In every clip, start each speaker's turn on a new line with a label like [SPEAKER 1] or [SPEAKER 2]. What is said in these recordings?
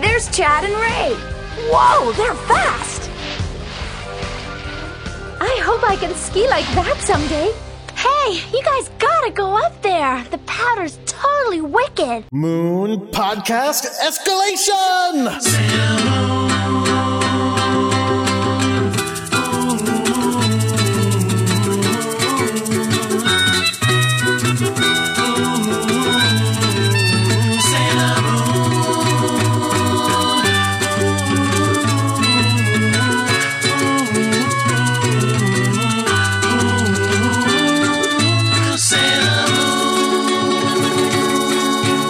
[SPEAKER 1] There's Chad and Ray. Whoa, they're fast. I hope I can ski like that someday. Hey, you guys gotta go up there. The powder's totally wicked.
[SPEAKER 2] Moon Podcast Escalation!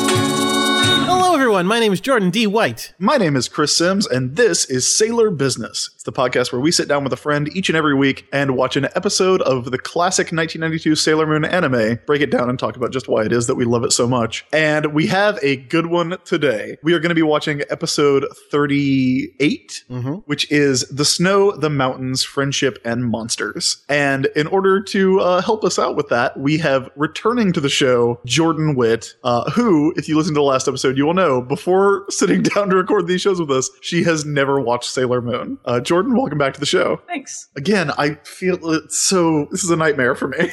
[SPEAKER 3] Hello, everyone. My name is Jordan D. White.
[SPEAKER 4] My name is Chris Sims, and this is Sailor Business. It's the podcast where we sit down with a friend each and every week and watch an episode of the classic 1992 Sailor Moon anime, break it down, and talk about just why it is that we love it so much. And we have a good one today. We are going to be watching episode 38, which is The Snow, the Mountains, Friendship, and Monsters. And in order to uh, help us out with that, we have returning to the show Jordan Witt, uh, who, if you listen to the last episode, you will know before sitting down to record these shows with us, she has never watched Sailor Moon. Uh, Jordan, welcome back to the show.
[SPEAKER 5] Thanks.
[SPEAKER 4] Again, I feel it's so. This is a nightmare for me.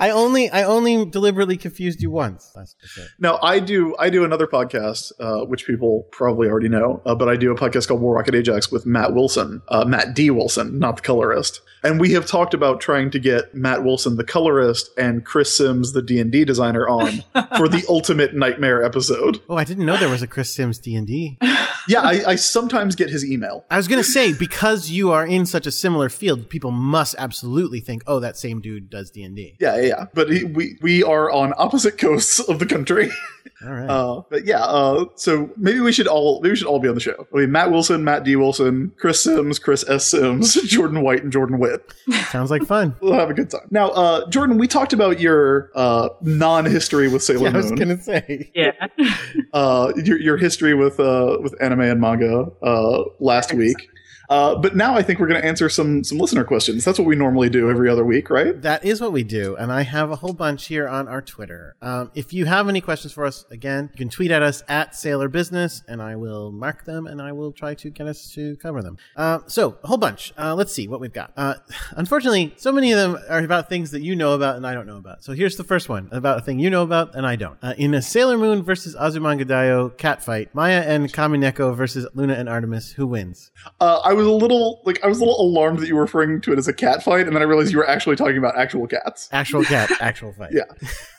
[SPEAKER 3] I only I only deliberately confused you once. That's just it.
[SPEAKER 4] Now, I do I do another podcast, uh, which people probably already know, uh, but I do a podcast called War Rocket Ajax with Matt Wilson, uh, Matt D. Wilson, not the colorist. And we have talked about trying to get Matt Wilson, the colorist, and Chris Sims, the D and D designer, on for the ultimate nightmare episode.
[SPEAKER 3] Oh, I didn't know there was a Chris Sims D and D.
[SPEAKER 4] Yeah, I, I sometimes get his email.
[SPEAKER 3] I was gonna say because you are in such a similar field, people must absolutely think, oh, that same dude does D and D.
[SPEAKER 4] Yeah, yeah, yeah. But he, we we are on opposite coasts of the country.
[SPEAKER 3] All right.
[SPEAKER 4] Uh, but yeah, uh, so maybe we should all maybe we should all be on the show. I mean, Matt Wilson, Matt D. Wilson, Chris Sims, Chris S. Sims, Jordan White, and Jordan Witt.
[SPEAKER 3] Sounds like fun.
[SPEAKER 4] We'll have a good time. Now, uh, Jordan, we talked about your uh, non-history with Sailor
[SPEAKER 3] I was
[SPEAKER 4] Moon,
[SPEAKER 3] gonna say.
[SPEAKER 5] Yeah.
[SPEAKER 4] uh, your, your history with uh, with anime and manga uh, last week. Uh, but now I think we're going to answer some some listener questions. That's what we normally do every other week, right?
[SPEAKER 3] That is what we do, and I have a whole bunch here on our Twitter. Um, if you have any questions for us, again, you can tweet at us at Sailor Business, and I will mark them, and I will try to get us to cover them. Uh, so, a whole bunch. Uh, let's see what we've got. Uh, unfortunately, so many of them are about things that you know about and I don't know about. So here's the first one about a thing you know about and I don't. Uh, in a Sailor Moon versus Azumanga Daioh catfight, Maya and Kamineko versus Luna and Artemis, who wins?
[SPEAKER 4] Uh, I was a little like I was a little alarmed that you were referring to it as a cat fight, and then I realized you were actually talking about actual cats.
[SPEAKER 3] Actual cat, actual fight.
[SPEAKER 4] Yeah.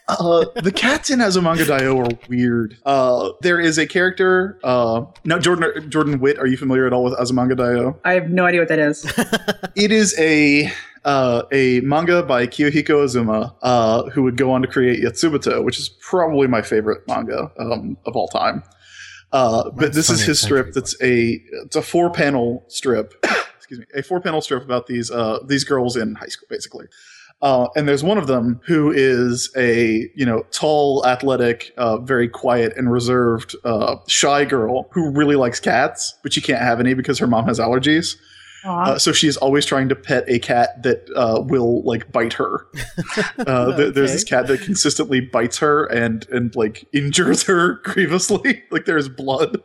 [SPEAKER 4] Uh, the cats in Azumanga Daioh are weird. Uh, there is a character. Uh, now, Jordan Jordan Witt, are you familiar at all with Azumanga Daioh?
[SPEAKER 5] I have no idea what that is.
[SPEAKER 4] It is a uh, a manga by Kiyohiko Azuma, uh, who would go on to create Yatsubato, which is probably my favorite manga um, of all time. Uh, but
[SPEAKER 3] Mine's
[SPEAKER 4] this is
[SPEAKER 3] funny,
[SPEAKER 4] his
[SPEAKER 3] it's actually
[SPEAKER 4] strip. That's a it's a four panel strip. excuse me, a four panel strip about these uh, these girls in high school, basically. Uh, and there's one of them who is a you know tall, athletic, uh, very quiet and reserved, uh, shy girl who really likes cats, but she can't have any because her mom has allergies. Uh, so she is always trying to pet a cat that uh, will like bite her. Uh, th- There's this cat that consistently bites her and and like injures her grievously. like there's blood.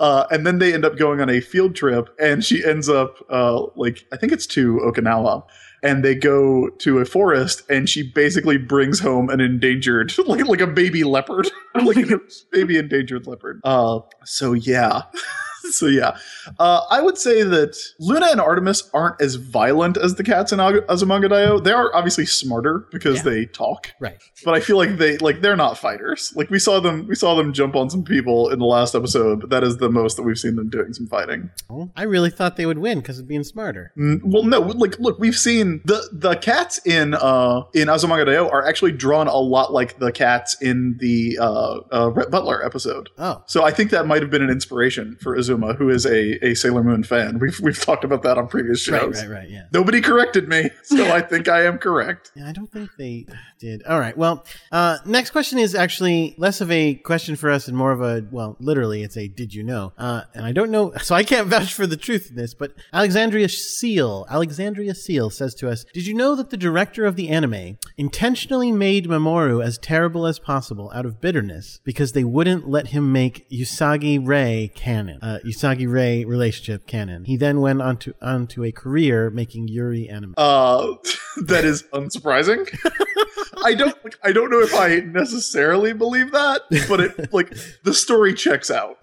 [SPEAKER 4] Uh, and then they end up going on a field trip, and she ends up uh, like I think it's to Okinawa, and they go to a forest, and she basically brings home an endangered, like like a baby leopard, like a baby endangered leopard. Uh, so yeah, so yeah, uh, I would say that Luna and Artemis aren't as violent as the cats in Ag- Azumanga Daioh. They are obviously smarter because they talk,
[SPEAKER 3] Right.
[SPEAKER 4] but I feel like they like they're not fighters. Like we saw them we saw them jump on some people in the last episode, but that is the most that we've seen them doing some fighting.
[SPEAKER 3] Oh, I really thought they would win because of being smarter.
[SPEAKER 4] Mm, Well, no, like look, we've seen the the cats in uh in Azumanga Daioh are actually drawn a lot like the cats in the uh, uh Rhett Butler episode.
[SPEAKER 3] Oh,
[SPEAKER 4] So I think that might have been an inspiration for Azuma Tuma, who is a, a Sailor Moon fan. We've we've talked about that on previous shows.
[SPEAKER 3] Right, right, right. Yeah.
[SPEAKER 4] Nobody corrected me, so I think I am correct.
[SPEAKER 3] Yeah, I don't think they did. All right. Well, uh, next question is actually less of a question for us and more of a, well, literally, it's a did you know? Uh, and I don't know, so I can't vouch for the truth in this, but Alexandria Seal, Alexandria Seal says to us, Did you know that the director of the anime intentionally made Mamoru as terrible as possible out of bitterness because they wouldn't let him make Usagi Rei canon, uh, Usagi Rei relationship canon? He then went on to, on to a career making Yuri anime.
[SPEAKER 4] Uh, that is unsurprising. I don't I don't know if I necessarily believe that, but it like the story checks out.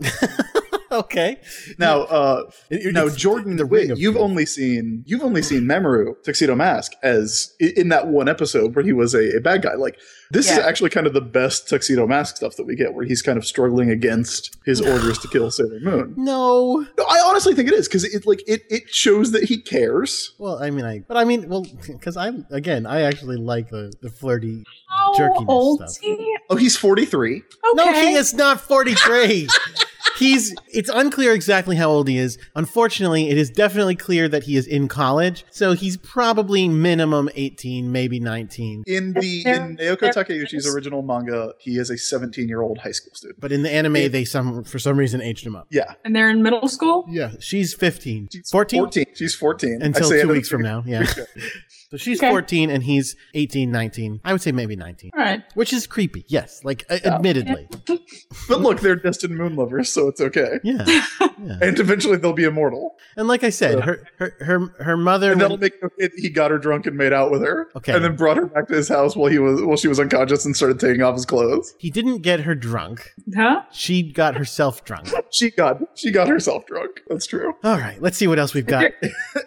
[SPEAKER 3] okay.
[SPEAKER 4] Now, uh,
[SPEAKER 3] It- it-
[SPEAKER 4] now
[SPEAKER 3] it's
[SPEAKER 4] Jordan,
[SPEAKER 3] the ring
[SPEAKER 4] wait,
[SPEAKER 3] of
[SPEAKER 4] you've
[SPEAKER 3] truth.
[SPEAKER 4] only seen you've only seen Mamoru Tuxedo Mask as i- in that one episode where he was a, a bad guy. Like this is
[SPEAKER 5] Yeah.
[SPEAKER 4] actually kind of the best Tuxedo Mask stuff that we get, where he's kind of struggling against his orders to kill Sailor Moon.
[SPEAKER 3] No.
[SPEAKER 4] No, I honestly think it is because it like it it shows that he cares.
[SPEAKER 3] Well, I mean, I, but I mean, well, because I, again, I actually like the, the flirty.
[SPEAKER 5] How
[SPEAKER 3] Jerkiness
[SPEAKER 5] Oh, old
[SPEAKER 3] stuff.
[SPEAKER 5] is he?
[SPEAKER 4] Oh, he's forty three.
[SPEAKER 5] Okay.
[SPEAKER 3] No, he is not 43. He's, it's unclear exactly how old he is. Unfortunately, it is definitely clear that he is in college. So he's probably minimum 18, maybe 19.
[SPEAKER 4] In the in Naoko Takeuchi's original manga, he is a seventeen year old high school student.
[SPEAKER 3] But in the anime, they some, for some reason, aged him up.
[SPEAKER 4] Yeah,
[SPEAKER 5] and they're in middle school.
[SPEAKER 3] Yeah. She's 15.
[SPEAKER 4] she's
[SPEAKER 3] 14?
[SPEAKER 4] She's fourteen
[SPEAKER 3] Until
[SPEAKER 4] say it
[SPEAKER 3] two
[SPEAKER 4] in
[SPEAKER 3] weeks from now. Yeah. so she's
[SPEAKER 5] Okay.
[SPEAKER 3] 14 and he's 18, 19. I would say maybe 19.
[SPEAKER 5] All right.
[SPEAKER 3] Which is creepy, yes. Like, uh, admittedly,
[SPEAKER 4] But look, they're destined moon lovers, so it's okay.
[SPEAKER 3] yeah.
[SPEAKER 4] And eventually they'll be immortal.
[SPEAKER 3] And like I said, her her her, her mother.
[SPEAKER 4] And that'll
[SPEAKER 3] when-
[SPEAKER 4] make it, he got her drunk and made out with her.
[SPEAKER 3] Okay.
[SPEAKER 4] And then brought her back to his house while he was while she was unconscious and started taking off his clothes.
[SPEAKER 3] he didn't get her drunk.
[SPEAKER 5] Huh?
[SPEAKER 3] She got herself drunk.
[SPEAKER 4] She got she got herself drunk. That's true.
[SPEAKER 3] All right, let's see what else we've got.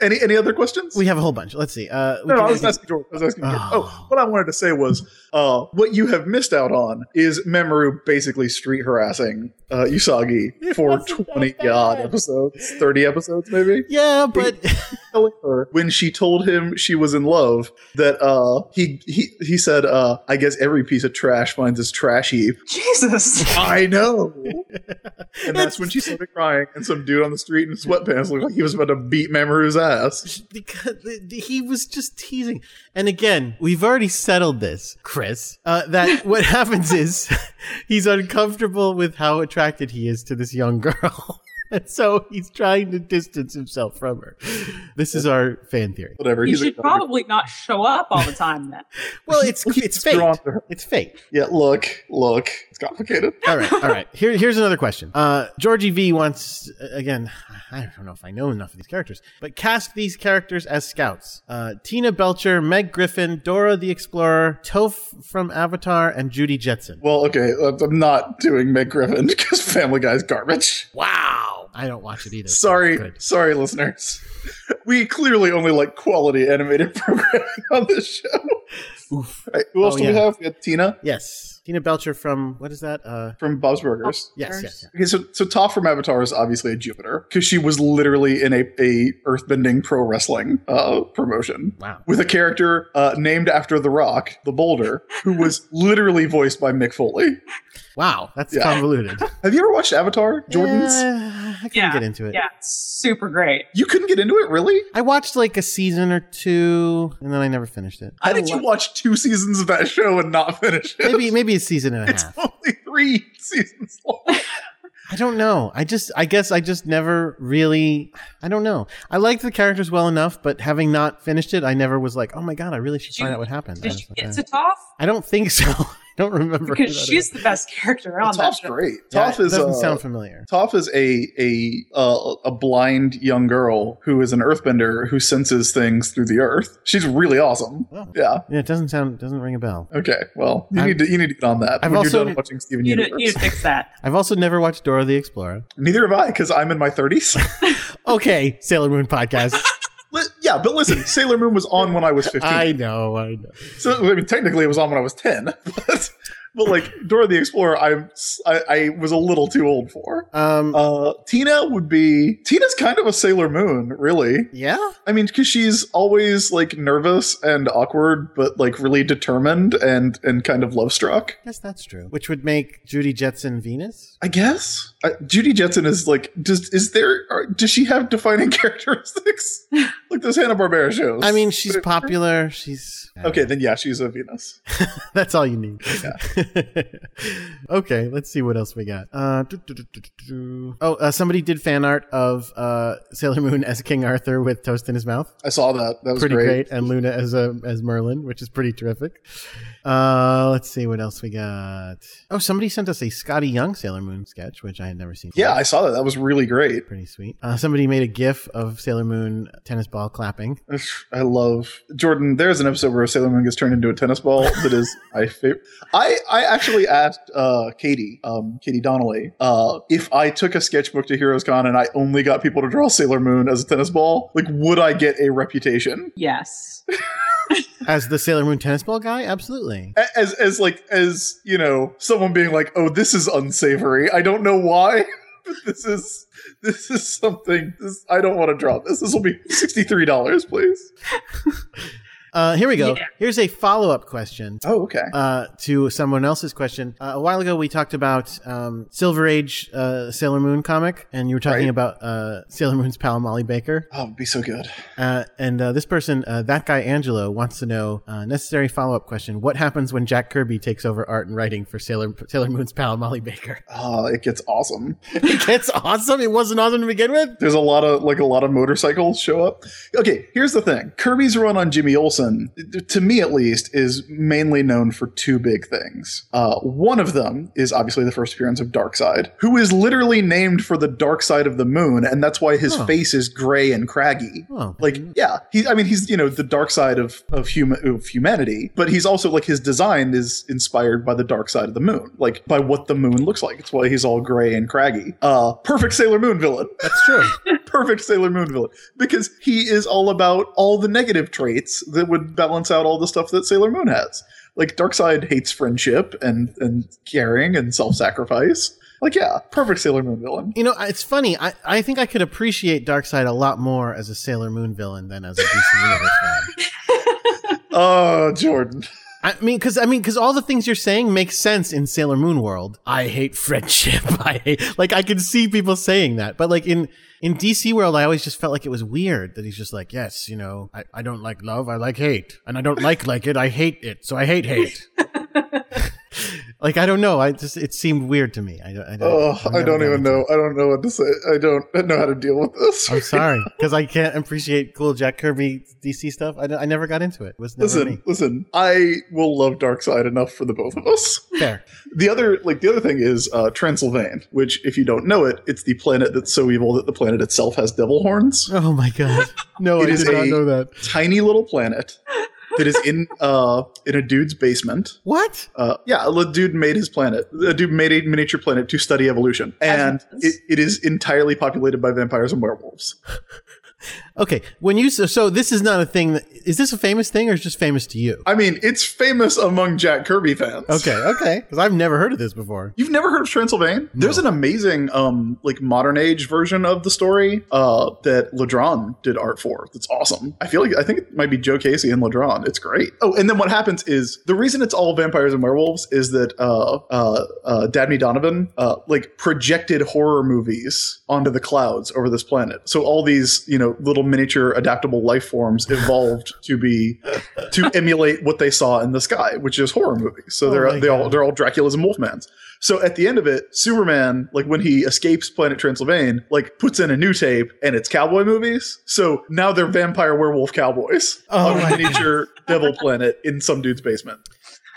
[SPEAKER 4] Any any other questions?
[SPEAKER 3] We have a whole bunch. Let's see. Uh, we
[SPEAKER 4] no,
[SPEAKER 3] can-
[SPEAKER 4] I was asking Jordan. I was asking Jordan.
[SPEAKER 3] Oh.
[SPEAKER 4] Oh. what I wanted to say was uh, what you have missed out on is Memoru basically street harassing uh, Usagi for
[SPEAKER 1] wasn't that
[SPEAKER 4] 20 odd
[SPEAKER 1] bad.
[SPEAKER 4] episodes, 30 episodes maybe.
[SPEAKER 3] yeah, but
[SPEAKER 4] telling her when she told him she was in love that uh he he he said uh I guess every piece of trash finds its trash heap.
[SPEAKER 5] Jesus.
[SPEAKER 4] I know. and that's when she started crying and some dude on the street in sweatpants looked like he was about to beat Memoru's ass.
[SPEAKER 3] because he was just teasing. And again, we've already settled this, Chris. Uh, that what happens is he's uncomfortable with how attracted he is to this young girl. And so he's trying to distance himself from her. This is our fan theory.
[SPEAKER 4] Whatever.
[SPEAKER 5] You
[SPEAKER 4] he's "Oh, a
[SPEAKER 5] should
[SPEAKER 4] cover.
[SPEAKER 5] probably not show up all the time then.
[SPEAKER 3] Well, it's it's fate.
[SPEAKER 4] drawn to her.
[SPEAKER 3] It's fate.
[SPEAKER 4] Yeah, look, look. It's complicated.
[SPEAKER 3] all right, all right. Here, here's another question. Uh, Georgie V wants uh, again. I don't know if I know enough of these characters, but cast these characters as scouts: uh, Tina Belcher, Meg Griffin, Dora the Explorer, Toph from Avatar, and Judy Jetson.
[SPEAKER 4] Well, okay, I'm not doing Meg Griffin because Family Guy's garbage.
[SPEAKER 3] Wow, I don't watch it either. so
[SPEAKER 4] Sorry,
[SPEAKER 3] good.
[SPEAKER 4] sorry, listeners. We clearly only like quality animated programming on this show.
[SPEAKER 3] Oof.
[SPEAKER 4] Right, who else
[SPEAKER 3] Oh,
[SPEAKER 4] do we
[SPEAKER 3] yeah.
[SPEAKER 4] have? We have Tina
[SPEAKER 3] Yes, Tina Belcher from what is that? Uh,
[SPEAKER 4] from Bob's Burgers.
[SPEAKER 3] yes, yes, yes.
[SPEAKER 4] Okay, so, so Toph from Avatar is obviously a Jupiter because she was literally in a, a earthbending pro wrestling uh, promotion
[SPEAKER 3] Wow.
[SPEAKER 4] with a character uh, named after The Rock, the Boulder, who was literally voiced by Mick Foley.
[SPEAKER 3] Wow, that's
[SPEAKER 4] Yeah.
[SPEAKER 3] convoluted.
[SPEAKER 4] Have you ever watched Avatar, Jordan's?
[SPEAKER 3] Uh, I couldn't
[SPEAKER 5] Yeah,
[SPEAKER 3] get into it.
[SPEAKER 5] Yeah, it's super great.
[SPEAKER 4] You couldn't get into it, really?
[SPEAKER 3] I watched like a season or two, and then I never finished it.
[SPEAKER 4] How
[SPEAKER 5] Oh.
[SPEAKER 4] did you watch two seasons of that show and not finish it?
[SPEAKER 3] Maybe maybe a season and a
[SPEAKER 4] It's
[SPEAKER 3] half.
[SPEAKER 4] only three seasons long.
[SPEAKER 3] I don't know. I just, I guess I just never really, I don't know. I liked the characters well enough, but having not finished it, I never was like, oh my God, I really should
[SPEAKER 5] Did you-
[SPEAKER 3] find out what happened. I,
[SPEAKER 5] Did
[SPEAKER 3] was
[SPEAKER 5] you
[SPEAKER 3] like,
[SPEAKER 5] get
[SPEAKER 3] eh.
[SPEAKER 5] to Toph?
[SPEAKER 3] I don't think so. I don't remember.
[SPEAKER 5] Because
[SPEAKER 3] who that
[SPEAKER 5] she's
[SPEAKER 3] is.
[SPEAKER 5] the best character on that
[SPEAKER 4] Toph's
[SPEAKER 5] show.
[SPEAKER 4] great.
[SPEAKER 3] Yeah,
[SPEAKER 4] Toph
[SPEAKER 3] it
[SPEAKER 4] is
[SPEAKER 3] doesn't
[SPEAKER 4] uh,
[SPEAKER 3] sound familiar.
[SPEAKER 4] Toph is a a uh, a blind young girl who is an earthbender who senses things through the earth. She's really awesome.
[SPEAKER 3] Oh.
[SPEAKER 4] Yeah.
[SPEAKER 3] Yeah, it doesn't sound, doesn't ring a bell.
[SPEAKER 4] Okay. Well, you
[SPEAKER 3] I'm-
[SPEAKER 4] need to you need to get on that
[SPEAKER 3] I've
[SPEAKER 4] when
[SPEAKER 3] also-
[SPEAKER 4] you're done watching Steven
[SPEAKER 5] You
[SPEAKER 4] Universe.
[SPEAKER 5] need, you need to fix that.
[SPEAKER 3] I've also never watched Dora the Explorer.
[SPEAKER 4] Neither have I because I'm in my 30s.
[SPEAKER 3] Okay, Sailor Moon podcast.
[SPEAKER 4] Li- yeah, but listen, Sailor Moon was on when I was 15.
[SPEAKER 3] I know, I know.
[SPEAKER 4] so I mean, technically, it was on when I was 10. But but like Dora the Explorer, I'm s- I, I was a little too old for.
[SPEAKER 3] Um,
[SPEAKER 4] Uh, Tina would be Tina's kind of a Sailor Moon, really.
[SPEAKER 3] yeah.
[SPEAKER 4] I mean, because she's always like nervous and awkward, but like really determined and and kind of love struck.
[SPEAKER 3] I guess that's true. Which would make Judy Jetson Venus.
[SPEAKER 4] I guess uh, Judy Jetson is like, does is there? Are, does she have defining characteristics like those Hanna Barbera shows?
[SPEAKER 3] I mean, she's popular. She's
[SPEAKER 4] okay, then yeah, she's a Venus.
[SPEAKER 3] That's all you need. okay, let's see what else we got. Uh, do, do, do, do, do, do. Oh, uh, somebody did fan art of uh, Sailor Moon as King Arthur with toast in his mouth.
[SPEAKER 4] I saw that. That was
[SPEAKER 3] pretty great.
[SPEAKER 4] great.
[SPEAKER 3] and Luna as a as Merlin, which is pretty terrific. Uh, let's see what else we got. Oh, somebody sent us a Scotty Young Sailor Moon sketch, which I had never seen.
[SPEAKER 4] Yeah,
[SPEAKER 3] before.
[SPEAKER 4] I saw that. That was really great.
[SPEAKER 3] pretty sweet. Uh, somebody made a GIF of Sailor Moon tennis ball clapping.
[SPEAKER 4] I love Jordan. There's an episode where Sailor Moon gets turned into a tennis ball. That is my favorite. I I actually asked uh, Katie, um, Katie Donnelly, uh, if I took a sketchbook to Heroes Con and I only got people to draw Sailor Moon as a tennis ball, like would I get a reputation?
[SPEAKER 5] Yes.
[SPEAKER 3] As the Sailor Moon tennis ball guy, absolutely.
[SPEAKER 4] A- as as like as you know someone being like oh this is unsavory i don't know why but this is this is something this i don't want to draw this this will be $63 please
[SPEAKER 3] Uh, here we go.
[SPEAKER 5] Yeah.
[SPEAKER 3] Here's a follow up question.
[SPEAKER 4] oh okay
[SPEAKER 3] uh, to someone else's question. Uh, a while ago, we talked about um, Silver Age uh, Sailor Moon comic, and you were talking
[SPEAKER 4] Right.
[SPEAKER 3] about uh, Sailor Moon's pal Molly Baker.
[SPEAKER 4] oh it'd be so good
[SPEAKER 3] Uh, and uh, this person, uh, that guy Angelo, wants to know uh, necessary follow up question: What happens when Jack Kirby takes over art and writing for Sailor Sailor Moon's pal Molly Baker?
[SPEAKER 4] oh it gets awesome
[SPEAKER 3] it's awesome. It wasn't awesome to begin with.
[SPEAKER 4] there's a lot of like a lot of motorcycles show up okay here's the thing kirby's run on jimmy olsen th- to me at least is mainly known for two big things uh, one of them is obviously the first appearance of darkseid who is literally named for the dark side of the moon and that's why his
[SPEAKER 3] Huh.
[SPEAKER 4] face is gray and craggy
[SPEAKER 3] Oh,
[SPEAKER 4] like yeah he i mean he's you know the dark side of of human of humanity but he's also like his design is inspired by the dark side of the moon like by what the moon looks like it's why he's all gray and craggy uh perfect sailor moon villain
[SPEAKER 3] that's true.
[SPEAKER 4] perfect Sailor Moon villain because he is all about all the negative traits that would balance out all the stuff that Sailor Moon has. Like Darkseid hates friendship and and caring and self-sacrifice. Like yeah, perfect Sailor Moon villain.
[SPEAKER 3] You know, it's funny. I, I think I could appreciate Darkseid a lot more as a Sailor Moon villain than as a DC Universe fan.
[SPEAKER 4] Oh, Jordan.
[SPEAKER 3] I mean, because I mean, because all the things you're saying make sense in Sailor Moon world. I hate friendship. I hate like I can see people saying that, but like in in DC world, I always just felt like it was weird that he's just like, yes, you know, I, I don't like love, I like hate, and I don't like like it, I hate it, so I hate hate. like I don't know, I just it seemed weird to me. I, don't- I don't.
[SPEAKER 4] Oh,
[SPEAKER 3] I've
[SPEAKER 4] I
[SPEAKER 3] never
[SPEAKER 4] don't
[SPEAKER 3] gotten
[SPEAKER 4] even
[SPEAKER 3] into it.
[SPEAKER 4] know. I don't know what to say. I don't know how to deal with this.
[SPEAKER 3] I'm sorry because I can't appreciate cool Jack Kirby DC stuff. I, don't- I never got into it. It was never
[SPEAKER 4] Listen, listen. I will love Darkseid enough for the both of us.
[SPEAKER 3] me. Fair.
[SPEAKER 4] The other, like the other thing is uh, Transylvane, which, if you don't know it, it's the planet that's so evil that the planet itself has devil horns.
[SPEAKER 3] Oh my god. No, I
[SPEAKER 4] It
[SPEAKER 3] did
[SPEAKER 4] is
[SPEAKER 3] not
[SPEAKER 4] a-
[SPEAKER 3] know that.
[SPEAKER 4] tiny little planet that is in uh in a dude's basement.
[SPEAKER 3] What?
[SPEAKER 4] Uh, yeah, a li- dude made his planet. A dude made a miniature planet to study evolution, and it, it is entirely populated by vampires and werewolves.
[SPEAKER 3] Okay, when you so, so this is not a thing. That, is this a famous thing or is it just famous to you?
[SPEAKER 4] I mean, it's famous among Jack Kirby fans.
[SPEAKER 3] Okay, okay, because I've never heard of this before.
[SPEAKER 4] You've never heard of Transylvania? There's an amazing, um, like modern age version of the story uh, that Ladron did art for. That's awesome. I feel like I think it might be Joe Casey and Ladron. It's great. Oh, and then what happens is the reason it's all vampires and werewolves is that uh, uh, uh, Dabney Donovan uh, like projected horror movies onto the clouds over this planet. So all these you know little miniature adaptable life forms evolved to be to emulate what they saw in the sky, which is horror movies. So
[SPEAKER 3] Oh
[SPEAKER 4] they're
[SPEAKER 3] my
[SPEAKER 4] they all
[SPEAKER 3] God.
[SPEAKER 4] they're all Dracula's and Wolfman's. So at the end of it, Superman, like when he escapes Planet Transylvania, like puts in a new tape and it's cowboy movies. So now they're vampire werewolf cowboys
[SPEAKER 3] Oh
[SPEAKER 4] on
[SPEAKER 3] my
[SPEAKER 4] a miniature devil planet in some dude's basement.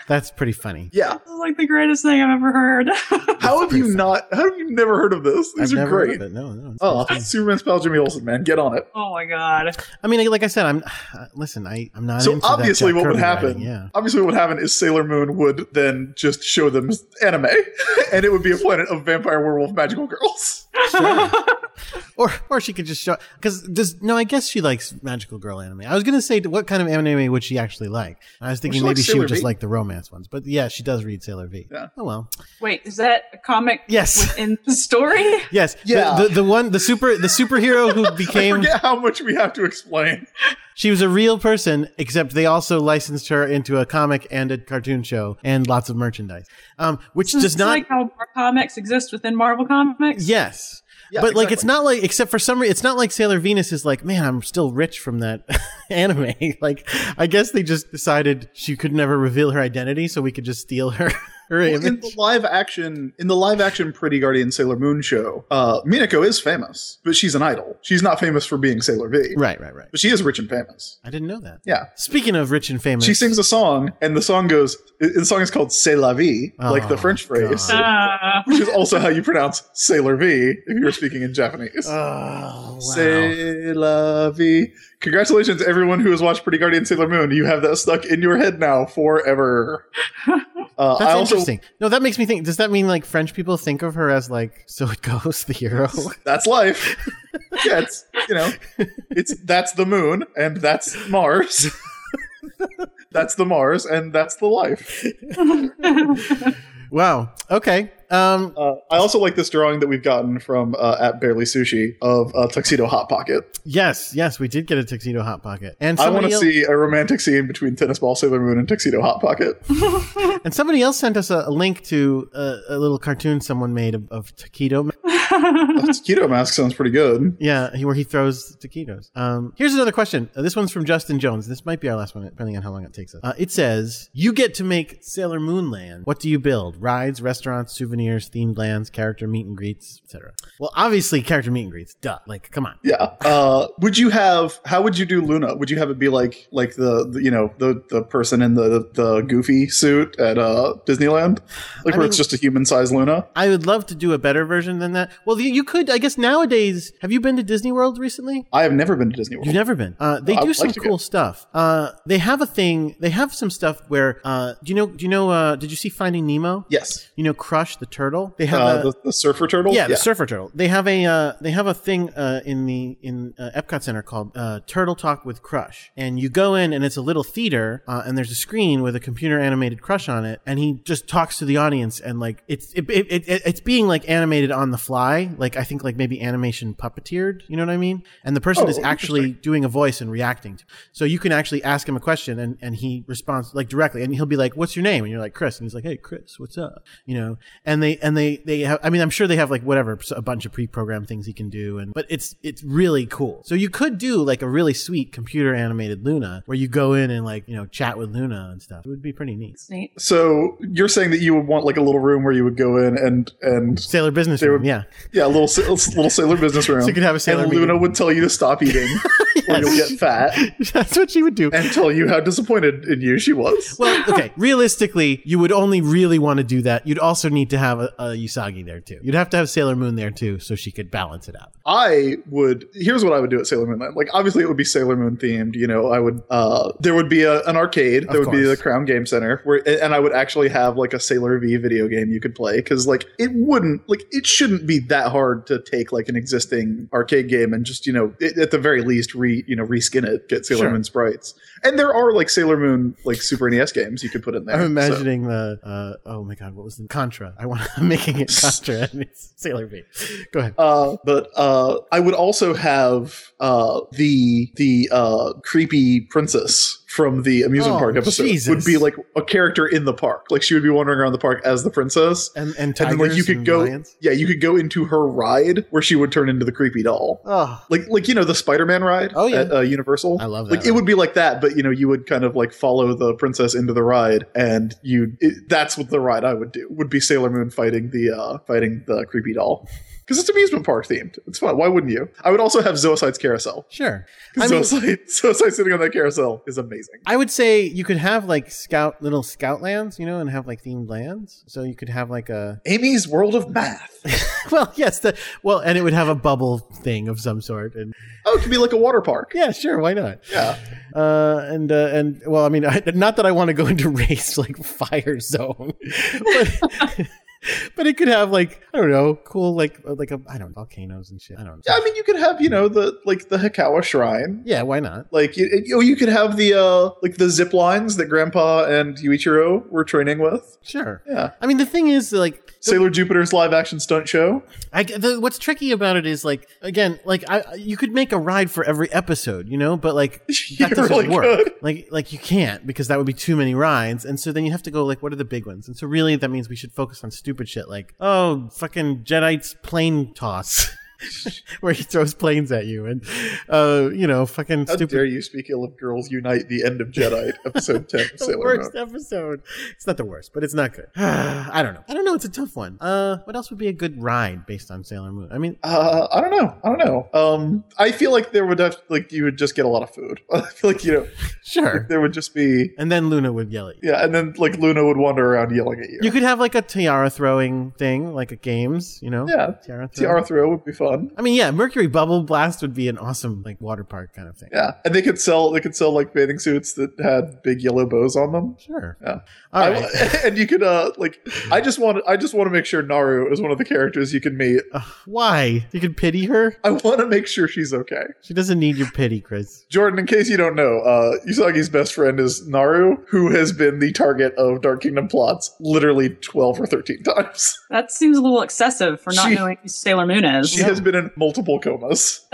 [SPEAKER 3] That's pretty funny.
[SPEAKER 4] Yeah.
[SPEAKER 5] This is like the greatest thing I've ever heard.
[SPEAKER 4] How have you not how have you never heard of this? These
[SPEAKER 3] I've
[SPEAKER 4] are
[SPEAKER 3] never
[SPEAKER 4] great.
[SPEAKER 3] heard of it. No, no. it's
[SPEAKER 4] Oh,
[SPEAKER 3] pretty-
[SPEAKER 4] Superman's pal Jimmy Olsen, man. Get on it.
[SPEAKER 5] oh my god.
[SPEAKER 3] I mean, like I said, I'm. uh, Listen, I I'm not.
[SPEAKER 4] so
[SPEAKER 3] into that
[SPEAKER 4] obviously
[SPEAKER 3] Jack
[SPEAKER 4] what would
[SPEAKER 3] Kirby
[SPEAKER 4] happen
[SPEAKER 3] writing, yeah.
[SPEAKER 4] obviously what would happen is Sailor Moon would then just show them anime and it would be a planet of vampire werewolf magical girls.
[SPEAKER 3] or or she could just show because does no I guess she likes magical girl anime. I was gonna say what kind of anime would she actually like? And I was thinking
[SPEAKER 4] she likes
[SPEAKER 3] maybe she would
[SPEAKER 4] Sailor
[SPEAKER 3] just
[SPEAKER 4] V.
[SPEAKER 3] like the romance ones, but yeah, she does read Sailor V.
[SPEAKER 4] Yeah.
[SPEAKER 3] Oh well,
[SPEAKER 5] Wait, is that a comic
[SPEAKER 3] Yes.
[SPEAKER 5] within the story?
[SPEAKER 3] yes, The-
[SPEAKER 4] Yeah.
[SPEAKER 3] The, the one the super the superhero who became
[SPEAKER 4] Forget how much we have to explain.
[SPEAKER 3] she was a real person, except they also licensed her into a comic and a cartoon show and lots of merchandise, um, which does
[SPEAKER 5] It's
[SPEAKER 3] not
[SPEAKER 5] like how Mar- comics exist within Marvel comics.
[SPEAKER 3] Yes. but like it's not like except for some re- it's not like Sailor Venus is like, man, I'm still rich from that anime. like I guess they just decided she could never reveal her identity so we could just steal her her
[SPEAKER 4] Well, in
[SPEAKER 3] image.
[SPEAKER 4] the live action in the live action Pretty Guardian Sailor Moon show, uh, Minako is famous, but she's an idol. She's not famous for being Sailor V,
[SPEAKER 3] Right, right, right.
[SPEAKER 4] but she is rich and famous.
[SPEAKER 3] I didn't know that.
[SPEAKER 4] Yeah.
[SPEAKER 3] Speaking of rich and famous.
[SPEAKER 4] She sings a song, and the song goes. i- The song is called "C'est la vie," like
[SPEAKER 3] Oh,
[SPEAKER 4] the French phrase,
[SPEAKER 3] God.
[SPEAKER 5] Uh,
[SPEAKER 4] which is also how you pronounce "Sailor V" if you're speaking in Japanese.
[SPEAKER 3] Oh, wow.
[SPEAKER 4] C'est la vie. Congratulations, everyone who has watched Pretty Guardian Sailor Moon. You have that stuck in your head now forever. Uh,
[SPEAKER 3] That's
[SPEAKER 4] I also,
[SPEAKER 3] interesting. No, that makes me think. Does that mean like French people think of her as like so it goes the hero?
[SPEAKER 4] That's life. yeah, it's you know, it's that's the moon and that's Mars. that's the Mars and that's the life.
[SPEAKER 3] wow. Okay. Um
[SPEAKER 4] Uh, I also like this drawing that we've gotten from uh, at Barely Sushi of uh, Tuxedo Hot Pocket.
[SPEAKER 3] yes, yes, we did get a tuxedo hot pocket. And
[SPEAKER 4] I want
[SPEAKER 3] somebody
[SPEAKER 4] to
[SPEAKER 3] else-
[SPEAKER 4] see a romantic scene between Tennis Ball Sailor Moon and Tuxedo Hot Pocket.
[SPEAKER 3] And somebody else sent us a, a link to a, a little cartoon someone made of, of taquito.
[SPEAKER 5] Uh.
[SPEAKER 4] A Tuxedo mask sounds pretty good.
[SPEAKER 3] Yeah, he- where he throws taquitos. Um, here's another question. Uh, this one's from Justin Jones. This might be our last one, depending on how long it takes us. Uh, it says, "You get to make Sailor Moon Land. What do you build? Rides, restaurants, souvenirs, themed lands, character meet and greets, etc." Well, obviously, character meet and greets. Duh. Like, come on.
[SPEAKER 4] Yeah. Uh, would you have? How would you do Luna? Would you have it be like like the, the you know the the person in the the goofy suit at uh, Disneyland, like
[SPEAKER 3] I
[SPEAKER 4] where
[SPEAKER 3] mean-
[SPEAKER 4] it's just a human sized Luna?
[SPEAKER 3] I would love to do a better version than that. Well, you, you could, I guess. Nowadays, have you been to Disney World recently?
[SPEAKER 4] I have never been to Disney World.
[SPEAKER 3] You've never been. Uh, they
[SPEAKER 4] I
[SPEAKER 3] do
[SPEAKER 4] would
[SPEAKER 3] some
[SPEAKER 4] like to go.
[SPEAKER 3] cool stuff. Uh, they have a thing. They have some stuff where uh, do you know? Do you know? Uh, did you see Finding Nemo?
[SPEAKER 4] yes.
[SPEAKER 3] You know, Crush the turtle. They have
[SPEAKER 4] Uh,
[SPEAKER 3] a,
[SPEAKER 4] the, the surfer turtle.
[SPEAKER 3] yeah, the surfer turtle. They have a uh, they have a thing uh, in the in uh, Epcot Center called uh, Turtle Talk with Crush, and you go in and it's a little theater, uh, and there's a screen with a computer animated Crush on it, and he just talks to the audience, and like it's it, it, it, it's being like animated on the fly, like I think like maybe animation puppeteered, you know what I mean? And the person
[SPEAKER 4] Oh,
[SPEAKER 3] is actually doing a voice and reacting to, so you can actually ask him a question and and he responds like directly, and he'll be like, "What's your name?" and you're like, "Chris," and he's like, "Hey, Chris, what's up?" you know and they and they they have i mean i'm sure they have like whatever s- a bunch of pre-programmed things he can do and but it's it's really cool so you could do like a really sweet computer animated luna where you go in and like you know chat with luna and stuff it would be pretty neat
[SPEAKER 5] it's neat.
[SPEAKER 4] So you're saying that you would want like a little room where you would go in and and
[SPEAKER 3] sailor business
[SPEAKER 4] They
[SPEAKER 3] room
[SPEAKER 4] would-
[SPEAKER 3] yeah
[SPEAKER 4] yeah, a little sa- little sailor business room.
[SPEAKER 3] So you could have a sailor
[SPEAKER 4] And
[SPEAKER 3] meeting.
[SPEAKER 4] Luna would tell you to stop eating, or you'll get fat,
[SPEAKER 3] that's what she would do
[SPEAKER 4] and tell you how disappointed in you she was.
[SPEAKER 3] well okay realistically you would only really want to do that you'd also need to have a, a usagi there too you'd have to have sailor moon there too so she could balance it out
[SPEAKER 4] I would. Here's what I would do at Sailor Moon Land. Like, obviously, it would be Sailor Moon themed. You know, I would. Uh, there would be a, an arcade. there would be
[SPEAKER 3] course.
[SPEAKER 4] the Crown Game Center, where and I would actually have like a Sailor V video game you could play because like it wouldn't like it shouldn't be that hard to take like an existing arcade game and just you know it, at the very least re you know reskin it get Sailor
[SPEAKER 3] Sure.
[SPEAKER 4] Moon sprites. And there are like Sailor Moon like Super NES games you could put in there.
[SPEAKER 3] I'm
[SPEAKER 4] so-
[SPEAKER 3] imagining the uh, oh my god, what was the Contra? I want I'm making it Contra and it's Sailor V. Go ahead.
[SPEAKER 4] Uh, but uh, I would also have uh, the the uh, creepy princess from the amusement
[SPEAKER 3] Oh,
[SPEAKER 4] park episode
[SPEAKER 3] Jesus.
[SPEAKER 4] would be like a character in the park. Like she would be wandering around the park as the princess.
[SPEAKER 3] And and
[SPEAKER 4] And
[SPEAKER 3] tigers
[SPEAKER 4] then like you could
[SPEAKER 3] and
[SPEAKER 4] go
[SPEAKER 3] lions.
[SPEAKER 4] Yeah, you could go into her ride where she would turn into the creepy doll.
[SPEAKER 3] Oh,
[SPEAKER 4] Like like you know the Spider-Man ride
[SPEAKER 3] Oh, yeah.
[SPEAKER 4] at uh, Universal.
[SPEAKER 3] I love that.
[SPEAKER 4] like it would be like that, but you know you would kind of like follow the princess into the ride, and you it, that's what the ride I would do would be Sailor Moon fighting the uh, fighting the creepy doll because it's amusement park themed. It's fun. Why wouldn't you? I would also have Zoicide's carousel.
[SPEAKER 3] sure.
[SPEAKER 4] 'Cause
[SPEAKER 3] I mean-
[SPEAKER 4] Zoicide, Zoicide sitting on that carousel is amazing.
[SPEAKER 3] I would say you could have like scout little scout lands, you know, and have like themed lands. So you could have like a
[SPEAKER 4] Amy's World of Math.
[SPEAKER 3] well, yes, the well, and it would have a bubble thing of some sort. And
[SPEAKER 4] Oh, it could be like a water park.
[SPEAKER 3] yeah, sure, why not?
[SPEAKER 4] Yeah.
[SPEAKER 3] Uh, and uh, and well, I mean, I, not that I want to go into race like fire zone, but but it could have like I don't know, cool like uh, like a I don't know, volcanoes and shit. I don't know.
[SPEAKER 4] Yeah, I mean, you could have you know the like the Hikawa Shrine.
[SPEAKER 3] Yeah, why not?
[SPEAKER 4] Like you, you, you could have the uh like the zip lines that Grandpa and Yuichiro were training with.
[SPEAKER 3] Sure.
[SPEAKER 4] Yeah,
[SPEAKER 3] I mean, the thing is, like,
[SPEAKER 4] Sailor Jupiter's live action stunt show.
[SPEAKER 3] I, the, what's tricky about it is, like, again, like, I you could make a ride for every episode, you know, but like
[SPEAKER 4] You
[SPEAKER 3] that doesn't
[SPEAKER 4] really
[SPEAKER 3] work.
[SPEAKER 4] could.
[SPEAKER 3] Like, like you can't because that would be too many rides, and so then you have to go like, what are the big ones? And so really, that means we should focus on stupid shit like, oh, fucking Jedi's plane toss. Where he throws planes at you, and uh, you know, fucking
[SPEAKER 4] How
[SPEAKER 3] stupid
[SPEAKER 4] dare you speak ill of Girls Unite? The end of Jedi, episode ten. of
[SPEAKER 3] the
[SPEAKER 4] Sailor Moon.
[SPEAKER 3] worst episode. It's not the worst, but it's not good. I don't know. I don't know. It's a tough one. Uh, what else would be a good ride based on Sailor Moon? I mean,
[SPEAKER 4] Uh, I don't know. I don't know. Um, I feel like there would have like you would just get a lot of food. I feel like you know
[SPEAKER 3] sure.
[SPEAKER 4] there would just be
[SPEAKER 3] And then Luna would yell at you.
[SPEAKER 4] yeah, and then like Luna would wander around yelling at you.
[SPEAKER 3] You could have like a tiara throwing thing, like at games, you know?
[SPEAKER 4] yeah,
[SPEAKER 3] Tiara throw.
[SPEAKER 4] tiara throw would be fun.
[SPEAKER 3] I mean, yeah, Mercury Bubble Blast would be an awesome like water park kind of thing.
[SPEAKER 4] Yeah, and they could sell they could sell like bathing suits that had big yellow bows on them.
[SPEAKER 3] Sure.
[SPEAKER 4] Yeah.
[SPEAKER 3] All
[SPEAKER 4] I
[SPEAKER 3] right.
[SPEAKER 4] wa- and you could uh like I just want I just want to make sure Naru is one of the characters you can meet.
[SPEAKER 3] Ugh, why? You could pity her?
[SPEAKER 4] I want to make sure she's okay.
[SPEAKER 3] She doesn't need your pity, Chris.
[SPEAKER 4] Jordan, in case you don't know, uh, Usagi's best friend is Naru, who has been the target of Dark Kingdom plots literally 12 or 13 times.
[SPEAKER 5] That seems a little excessive for not
[SPEAKER 4] She-
[SPEAKER 5] knowing who Sailor Moon is.
[SPEAKER 4] She has been in multiple comas.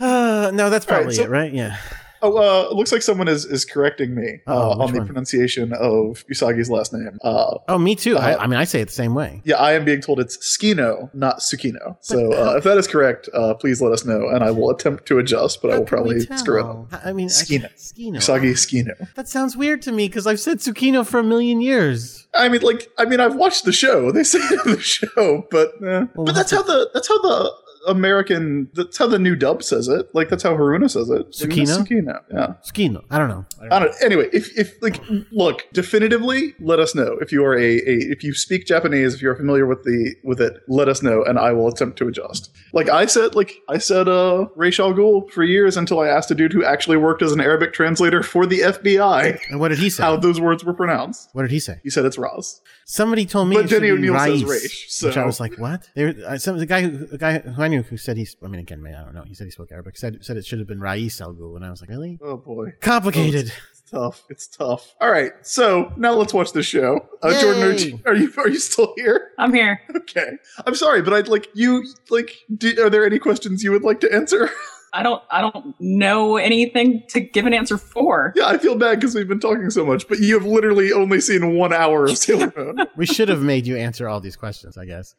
[SPEAKER 3] Uh, no, that's
[SPEAKER 4] All right,
[SPEAKER 3] probably
[SPEAKER 4] so-
[SPEAKER 3] it, right? Yeah.
[SPEAKER 4] Oh, uh, it looks like someone is, is correcting me
[SPEAKER 3] Oh,
[SPEAKER 4] uh,
[SPEAKER 3] which
[SPEAKER 4] on the
[SPEAKER 3] one?
[SPEAKER 4] pronunciation of Usagi's last name. Uh,
[SPEAKER 3] Oh, me too.
[SPEAKER 4] Uh,
[SPEAKER 3] I, I mean, I say it the same way.
[SPEAKER 4] yeah, I am being told it's Skino, not Tsukino. So uh, if that is correct, uh, please let us know, and I will attempt to adjust, but I
[SPEAKER 3] How
[SPEAKER 4] will
[SPEAKER 3] can we
[SPEAKER 4] probably
[SPEAKER 3] tell?
[SPEAKER 4] screw it up.
[SPEAKER 3] I I mean, I-
[SPEAKER 4] Skino.
[SPEAKER 3] Skino.
[SPEAKER 4] Usagi Skino.
[SPEAKER 3] That sounds weird to me because I've said Tsukino for a million years.
[SPEAKER 4] I mean, like, I mean, I've watched the show. They say it in the show, but eh.
[SPEAKER 3] Well,
[SPEAKER 4] but that's how the that's how the American that's how the new dub says it. Like that's how Haruna says it.
[SPEAKER 3] Tsukino?
[SPEAKER 4] Tsukino. Yeah.
[SPEAKER 3] Tsukino. I don't know.
[SPEAKER 4] I don't. Anyway, if if like look definitively, let us know if you are a, a if you speak Japanese, if you're familiar with the with it, let us know, and I will attempt to adjust. Like I said, like I said, uh, Ra's al Ghul for years until I asked a dude who actually worked as an Arabic translator for the FBI
[SPEAKER 3] And what did he say?
[SPEAKER 4] how those words were pronounced.
[SPEAKER 3] what did he say?
[SPEAKER 4] He said it's Raz.
[SPEAKER 3] Somebody told me.
[SPEAKER 4] But
[SPEAKER 3] it should
[SPEAKER 4] Denny
[SPEAKER 3] be
[SPEAKER 4] O'Neil says
[SPEAKER 3] Rais,
[SPEAKER 4] Raish, so-
[SPEAKER 3] Which I was like, what? They were, uh, some, the guy, who, the guy who I knew who said he. I mean, again, man, I don't know. He said he spoke Arabic. Said said it should have been Rais Al Ghul, and I was like, really?
[SPEAKER 4] Oh boy.
[SPEAKER 3] Complicated.
[SPEAKER 4] It's tough. It's tough. All right. So now let's watch the show. Uh, Jordan, are you,
[SPEAKER 3] Yay.
[SPEAKER 4] are you are you still here?
[SPEAKER 5] I'm here.
[SPEAKER 4] Okay. I'm sorry, but I'd like you like. Do, are there any questions you would like to answer?
[SPEAKER 5] I don't I don't know anything to give an answer for.
[SPEAKER 4] yeah, I feel bad because we've been talking so much, but you have literally only seen one hour of Sailor Moon.
[SPEAKER 3] we should have made you answer all these questions. I guess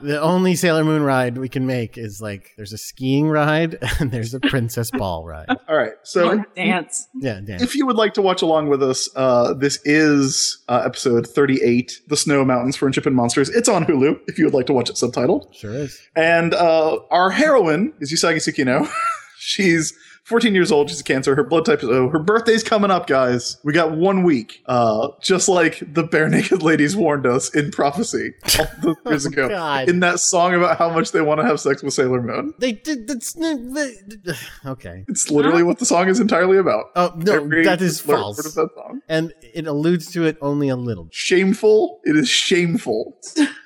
[SPEAKER 3] the only Sailor Moon ride we can make is like there's a skiing ride and there's a princess ball ride.
[SPEAKER 4] All right. So
[SPEAKER 5] Or dance.
[SPEAKER 3] Yeah, damn.
[SPEAKER 4] If you would like to watch along with us, uh, this is uh, episode 38, The Snow Mountains, Friendship and Monsters. It's on Hulu if you would like to watch it subtitled.
[SPEAKER 3] Sure is.
[SPEAKER 4] And uh, our heroine is Usagi Tsukino. she's 14 years old. She's a cancer. Her blood type is O. Her birthday's coming up, guys. We got one week. Uh, just like the bare naked ladies warned us in prophecy all those years
[SPEAKER 3] Oh,
[SPEAKER 4] ago.
[SPEAKER 3] God.
[SPEAKER 4] In that song about how much they want to have sex with Sailor Moon.
[SPEAKER 3] They did. That's okay.
[SPEAKER 4] It's literally what the song is entirely about.
[SPEAKER 3] Oh no,
[SPEAKER 4] Every
[SPEAKER 3] that is
[SPEAKER 4] word
[SPEAKER 3] false.
[SPEAKER 4] of that song.
[SPEAKER 3] and it alludes to it only a little.
[SPEAKER 4] shameful. It is shameful.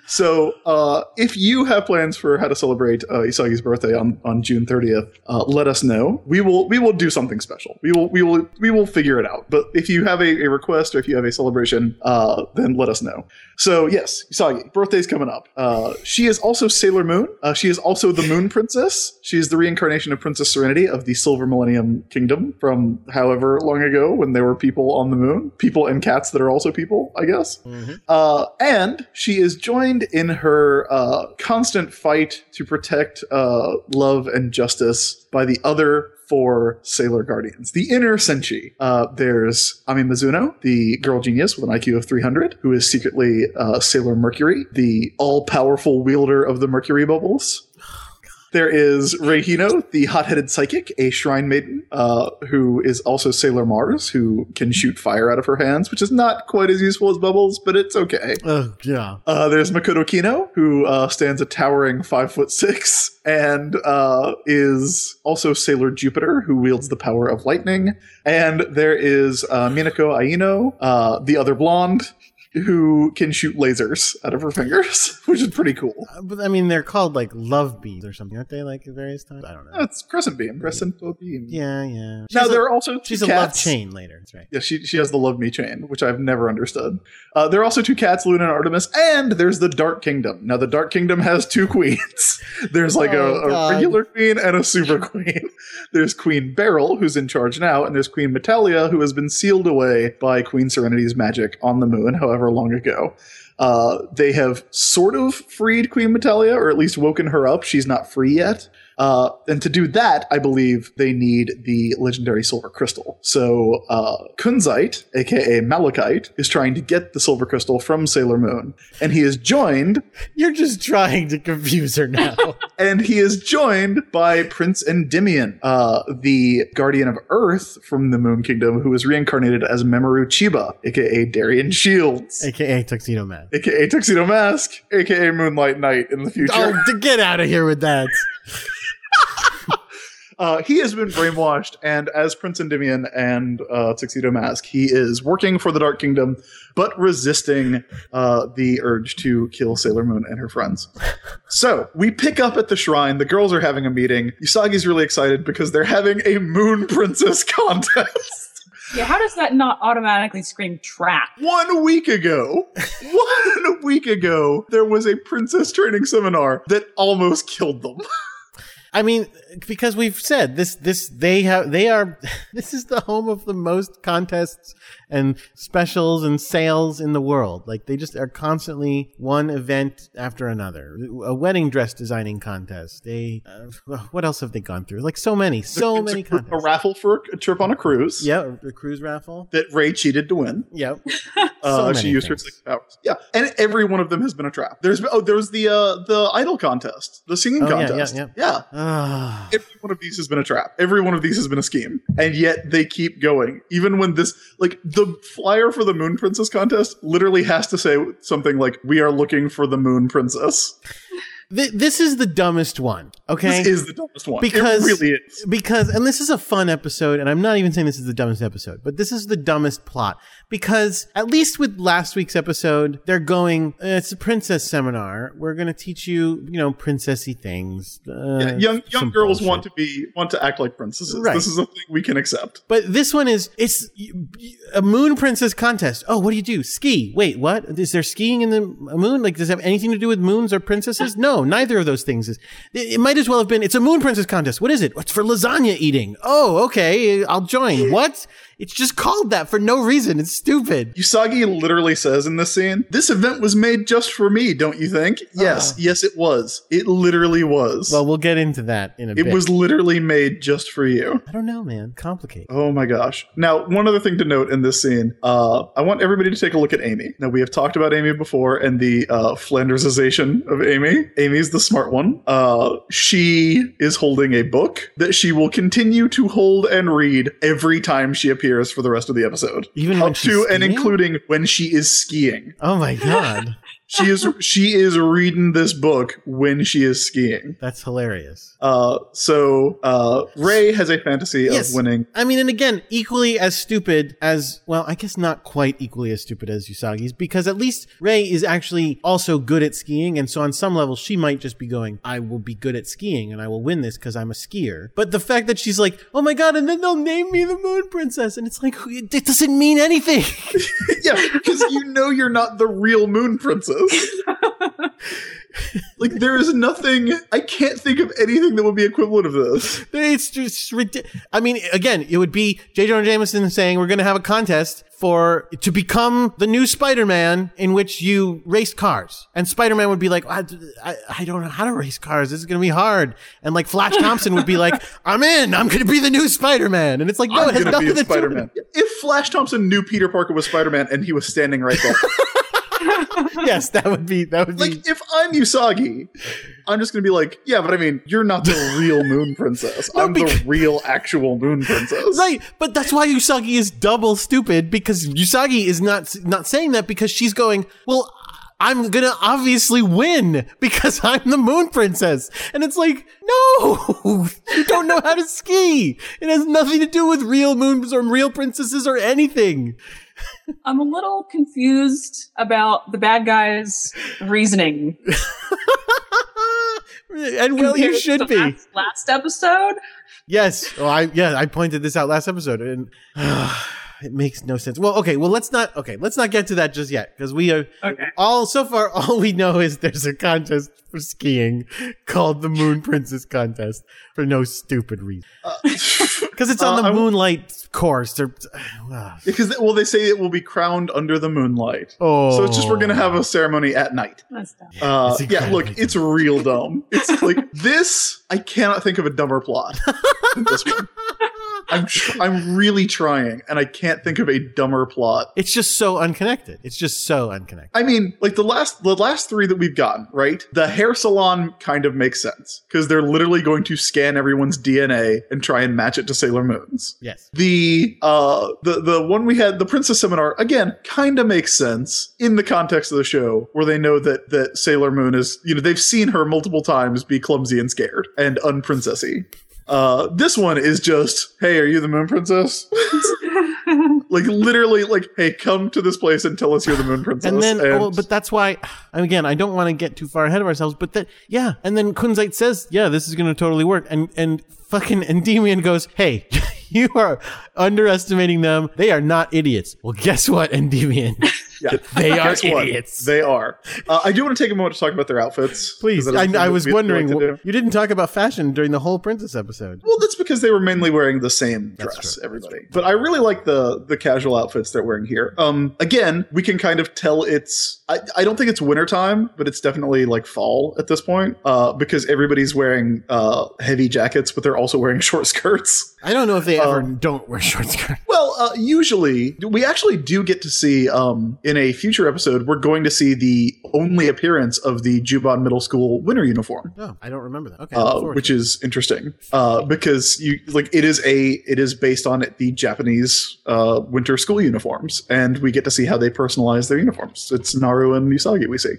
[SPEAKER 4] so, uh, if you have plans for how to celebrate uh, Isagi's birthday on, on June 30th, uh, let us know. We will we will do something special. We will we will we will figure it out. But if you have a, a request or if you have a celebration, uh, then let us know. So yes, Usagi, birthday's coming up. Uh, she is also Sailor Moon. Uh, she is also the Moon Princess. She is the reincarnation of Princess Serenity of the Silver Millennium Kingdom from however long ago when there were people on the moon, people and cats that are also people, I guess. Uh, and she is joined in her uh, constant fight to protect uh, love and justice by the other four Sailor Guardians. The inner Senshi. Uh, there's Ami Mizuno, the girl genius with an IQ of 300, who is secretly uh, Sailor Mercury, the all powerful wielder of the Mercury bubbles. There is Reihino, the hot-headed psychic, a shrine maiden, uh, who is also Sailor Mars, who can shoot fire out of her hands, which is not quite as useful as bubbles, but it's okay.
[SPEAKER 3] Oh yeah.
[SPEAKER 4] Uh, there's Makoto Kino, who uh, stands a towering five foot six and uh, is also Sailor Jupiter, who wields the power of lightning. And there is uh, Minako Aino, uh, the other blonde, who can shoot lasers out of her fingers, which is pretty cool.
[SPEAKER 3] Uh, But I mean, they're called like love beads or something, aren't they? Like at various times. I don't know.
[SPEAKER 4] That's crescent beam, crescent beam.
[SPEAKER 3] Yeah, yeah.
[SPEAKER 4] Now
[SPEAKER 3] She's a-
[SPEAKER 4] there are also two
[SPEAKER 3] She's a love
[SPEAKER 4] cats.
[SPEAKER 3] chain later. That's right.
[SPEAKER 4] Yeah, she, she has the Love Me chain, which I've never understood. Uh, there are also two cats, Luna and Artemis, and there's the Dark Kingdom. Now, the Dark Kingdom has two queens. There's like
[SPEAKER 3] Oh,
[SPEAKER 4] a, a
[SPEAKER 3] God.
[SPEAKER 4] regular queen and a super queen. There's Queen Beryl, who's in charge now, and there's Queen Metalia, who has been sealed away by Queen Serenity's magic on the moon however long ago. Uh, they have sort of freed Queen Metalia, or at least woken her up. She's not free yet. Uh, and to do that, I believe they need the legendary silver crystal. So uh, Kunzite, aka Malachite, is trying to get the silver crystal from Sailor Moon, and he is joined,
[SPEAKER 3] You're just trying to confuse her now.
[SPEAKER 4] and he is joined by Prince Endymion, uh, the guardian of Earth from the Moon Kingdom, who is reincarnated as Mamoru Chiba, aka Darien Shields.
[SPEAKER 3] AKA Tuxedo Man.
[SPEAKER 4] AKA Tuxedo Mask, AKA Moonlight Knight in the future.
[SPEAKER 3] Oh, to get out of here with that.
[SPEAKER 4] Uh, he has been brainwashed, and as Prince Endymion and uh, Tuxedo Mask, he is working for the Dark Kingdom, but resisting uh, the urge to kill Sailor Moon and her friends. So we pick up at the shrine. The girls are having a meeting. Usagi's really excited because they're having a Moon Princess contest.
[SPEAKER 5] Yeah, how does that not automatically scream trap?
[SPEAKER 4] One week ago, one week ago, there was a princess training seminar that almost killed them.
[SPEAKER 3] I mean, because we've said this, this, they have, they are, this is the home of the most contests and specials and sales in the world. Like they just are constantly one event after another. A wedding dress designing contest. They, uh, what else have they gone through? Like so many, so
[SPEAKER 4] It's a
[SPEAKER 3] many
[SPEAKER 4] gr- a,
[SPEAKER 3] contests.
[SPEAKER 4] raffle for a trip on a cruise.
[SPEAKER 3] Yeah, the cruise raffle.
[SPEAKER 4] That Ray cheated to win.
[SPEAKER 3] Yep.
[SPEAKER 4] Uh,
[SPEAKER 3] So
[SPEAKER 4] she
[SPEAKER 3] many
[SPEAKER 4] used her
[SPEAKER 3] things.
[SPEAKER 4] six powers. Yeah, and every one of them has been a trap. There's oh, there's the uh, the idol contest, the singing
[SPEAKER 3] Oh, yeah, yeah,
[SPEAKER 4] contest.
[SPEAKER 3] yeah. Ah.
[SPEAKER 4] every one of these has been a trap. Every one of these has been a scheme, and yet they keep going. Even when this, like the flyer for the Moon Princess contest, literally has to say something like, "We are looking for the Moon Princess."
[SPEAKER 3] Th- this is the dumbest one. Okay.
[SPEAKER 4] This is the dumbest one
[SPEAKER 3] Because-
[SPEAKER 4] it really is.
[SPEAKER 3] because and this is a fun episode and i'm not even saying this is the dumbest episode but this is the dumbest plot because at least with last week's episode they're going "Eh, it's a princess seminar we're going to teach you you know princessy things uh,
[SPEAKER 4] Yeah, young young
[SPEAKER 3] some
[SPEAKER 4] girls
[SPEAKER 3] bullshit.
[SPEAKER 4] want to be want to act like princesses.
[SPEAKER 3] Right.
[SPEAKER 4] This is a thing we can accept.
[SPEAKER 3] but this one is it's a moon princess contest oh what do you do ski wait what is there skiing in the moon like does it have anything to do with moons or princesses no neither of those things is it, it might as well have been it's a moon princess contest what is it it's for lasagna eating oh okay i'll join what it's just called that for no reason it's stupid
[SPEAKER 4] Usagi literally says in this scene, This event was made just for me, don't you think? Yes, yes, it was. It literally was.
[SPEAKER 3] Oh. well we'll get into that in a
[SPEAKER 4] it
[SPEAKER 3] bit
[SPEAKER 4] was literally made just for you.
[SPEAKER 3] i don't know man complicated
[SPEAKER 4] Oh my gosh. Now, one other thing to note in this scene, uh, I want everybody to take a look at Amy. Now, we have talked about Amy before and the uh, Flandersization of Amy. Amy's the smart one. Uh, she is holding a book that she will continue to hold and read every time she appears for the rest of the episode.
[SPEAKER 3] Even
[SPEAKER 4] up
[SPEAKER 3] when she's
[SPEAKER 4] to
[SPEAKER 3] skiing?
[SPEAKER 4] and including when she is skiing.
[SPEAKER 3] oh my god
[SPEAKER 4] she is she is reading this book when she is skiing.
[SPEAKER 3] that's hilarious
[SPEAKER 4] Uh, so uh, Ray has a fantasy
[SPEAKER 3] Yes.
[SPEAKER 4] of winning.
[SPEAKER 3] I mean, and again, equally as stupid as well, I guess not quite equally as stupid as Usagi's, because at least Ray is actually also good at skiing, and so on some level she might just be going, I will be good at skiing and I will win this because I'm a skier. But the fact that she's like, oh my god, and then they'll name me the Moon Princess, and it's like it doesn't mean anything.
[SPEAKER 4] yeah, because you know you're not the real Moon Princess. like there is nothing. I can't think of anything that would be equivalent of this.
[SPEAKER 3] It's just ridiculous. I mean, again, it would be J. Jonah Jameson saying we're going to have a contest for to become the new Spider-Man in which you race cars, and Spider-Man would be like, I, I, I don't know how to race cars. This is going to be hard. And like Flash Thompson would be like, I'm in. I'm going to be the new Spider-Man. And it's like, no,
[SPEAKER 4] I'm
[SPEAKER 3] Oh, it has
[SPEAKER 4] gonna be
[SPEAKER 3] nothing
[SPEAKER 4] a
[SPEAKER 3] to do. with
[SPEAKER 4] Spider-Man. If Flash Thompson knew Peter Parker was Spider-Man and he was standing right there,
[SPEAKER 3] it. Yes, that would be that would be.
[SPEAKER 4] like if I'm Usagi, I'm just gonna be like, yeah, but I mean, you're not the real Moon Princess. I'm the real actual Moon Princess.
[SPEAKER 3] Right, but that's why Usagi is double stupid because Usagi is not not saying that because she's going, "Well, I'm going to obviously win because I'm the moon princess." And it's like, "No! You don't know how to ski. It has nothing to do with real moons or real princesses or anything."
[SPEAKER 5] I'm a little confused about the bad guys' reasoning.
[SPEAKER 3] and well, you
[SPEAKER 5] compared to
[SPEAKER 3] should be.
[SPEAKER 5] Last, last episode,
[SPEAKER 3] Yes. Well, I yeah, I pointed this out last episode, and it makes no sense. Well, okay. Well, let's not. Okay, let's not get to that just yet because we are
[SPEAKER 5] okay.
[SPEAKER 3] all so far. All we know is there's a contest for skiing called the Moon Princess Contest for no stupid reason because it's on the
[SPEAKER 4] Uh, I w-
[SPEAKER 3] moonlight course. Or, uh,
[SPEAKER 4] because well, they say it will be crowned under the moonlight.
[SPEAKER 3] oh,
[SPEAKER 4] So it's just we're gonna have a ceremony at night.
[SPEAKER 5] That's dumb.
[SPEAKER 4] Uh,
[SPEAKER 3] It's
[SPEAKER 4] yeah,
[SPEAKER 3] incredibly
[SPEAKER 4] look,
[SPEAKER 3] dumb.
[SPEAKER 4] it's real dumb. It's like this. I cannot think of a dumber plot. than this one. I'm tr- I'm really trying, and I can't think of a dumber plot
[SPEAKER 3] It's just so unconnected. It's just so unconnected.
[SPEAKER 4] I mean, like the last the last three that we've gotten, right? The hair salon kind of makes sense because they're literally going to scan everyone's DNA and try and match it to Sailor Moon's.
[SPEAKER 3] Yes.
[SPEAKER 4] The uh the the one we had, the Princess Seminar, again, kind of makes sense in the context of the show where they know that that Sailor Moon is, you know, they've seen her multiple times be clumsy and scared and unprincessy. Uh, this one is just, hey, are you the moon princess? like literally, like, hey, come to this place and tell us you're the moon princess.
[SPEAKER 3] And then, well, but that's why. and Again, I don't want to get too far ahead of ourselves, but that, yeah. And then Kunzite says, "Yeah, this is going to totally work." And and fucking Endymion goes, "Hey, you are underestimating them. They are not idiots." Well, guess what, Endymion?
[SPEAKER 4] Yeah.
[SPEAKER 3] They are
[SPEAKER 4] Guess what?
[SPEAKER 3] idiots.
[SPEAKER 4] They are. Uh, I do want to take a moment to talk about their outfits.
[SPEAKER 3] Please,
[SPEAKER 4] That is
[SPEAKER 3] I,
[SPEAKER 4] something
[SPEAKER 3] I
[SPEAKER 4] that
[SPEAKER 3] was
[SPEAKER 4] we- we like
[SPEAKER 3] wondering.
[SPEAKER 4] to do.
[SPEAKER 3] wh- you didn't talk about fashion during the whole Princess episode.
[SPEAKER 4] Well, that's because they were mainly wearing the same
[SPEAKER 3] That's
[SPEAKER 4] dress,
[SPEAKER 3] true.
[SPEAKER 4] everybody. But I really like the the casual outfits they're wearing here. Um, again, we can kind of tell it's. I, I don't think it's wintertime, but it's definitely like fall at this point uh, because everybody's wearing uh, heavy jackets, but they're also wearing short skirts.
[SPEAKER 3] I don't know if they ever
[SPEAKER 4] Um,
[SPEAKER 3] don't wear short skirts.
[SPEAKER 4] Well, uh, usually we actually do get to see um, in a future episode. We're going to see the only appearance of the Juban Middle School winter uniform,
[SPEAKER 3] No, I don't remember that. Okay,
[SPEAKER 4] uh, which is interesting uh, because you like it is a it is based on the Japanese uh, winter school uniforms, and we get to see how they personalize their uniforms. It's Naru and Usagi we see.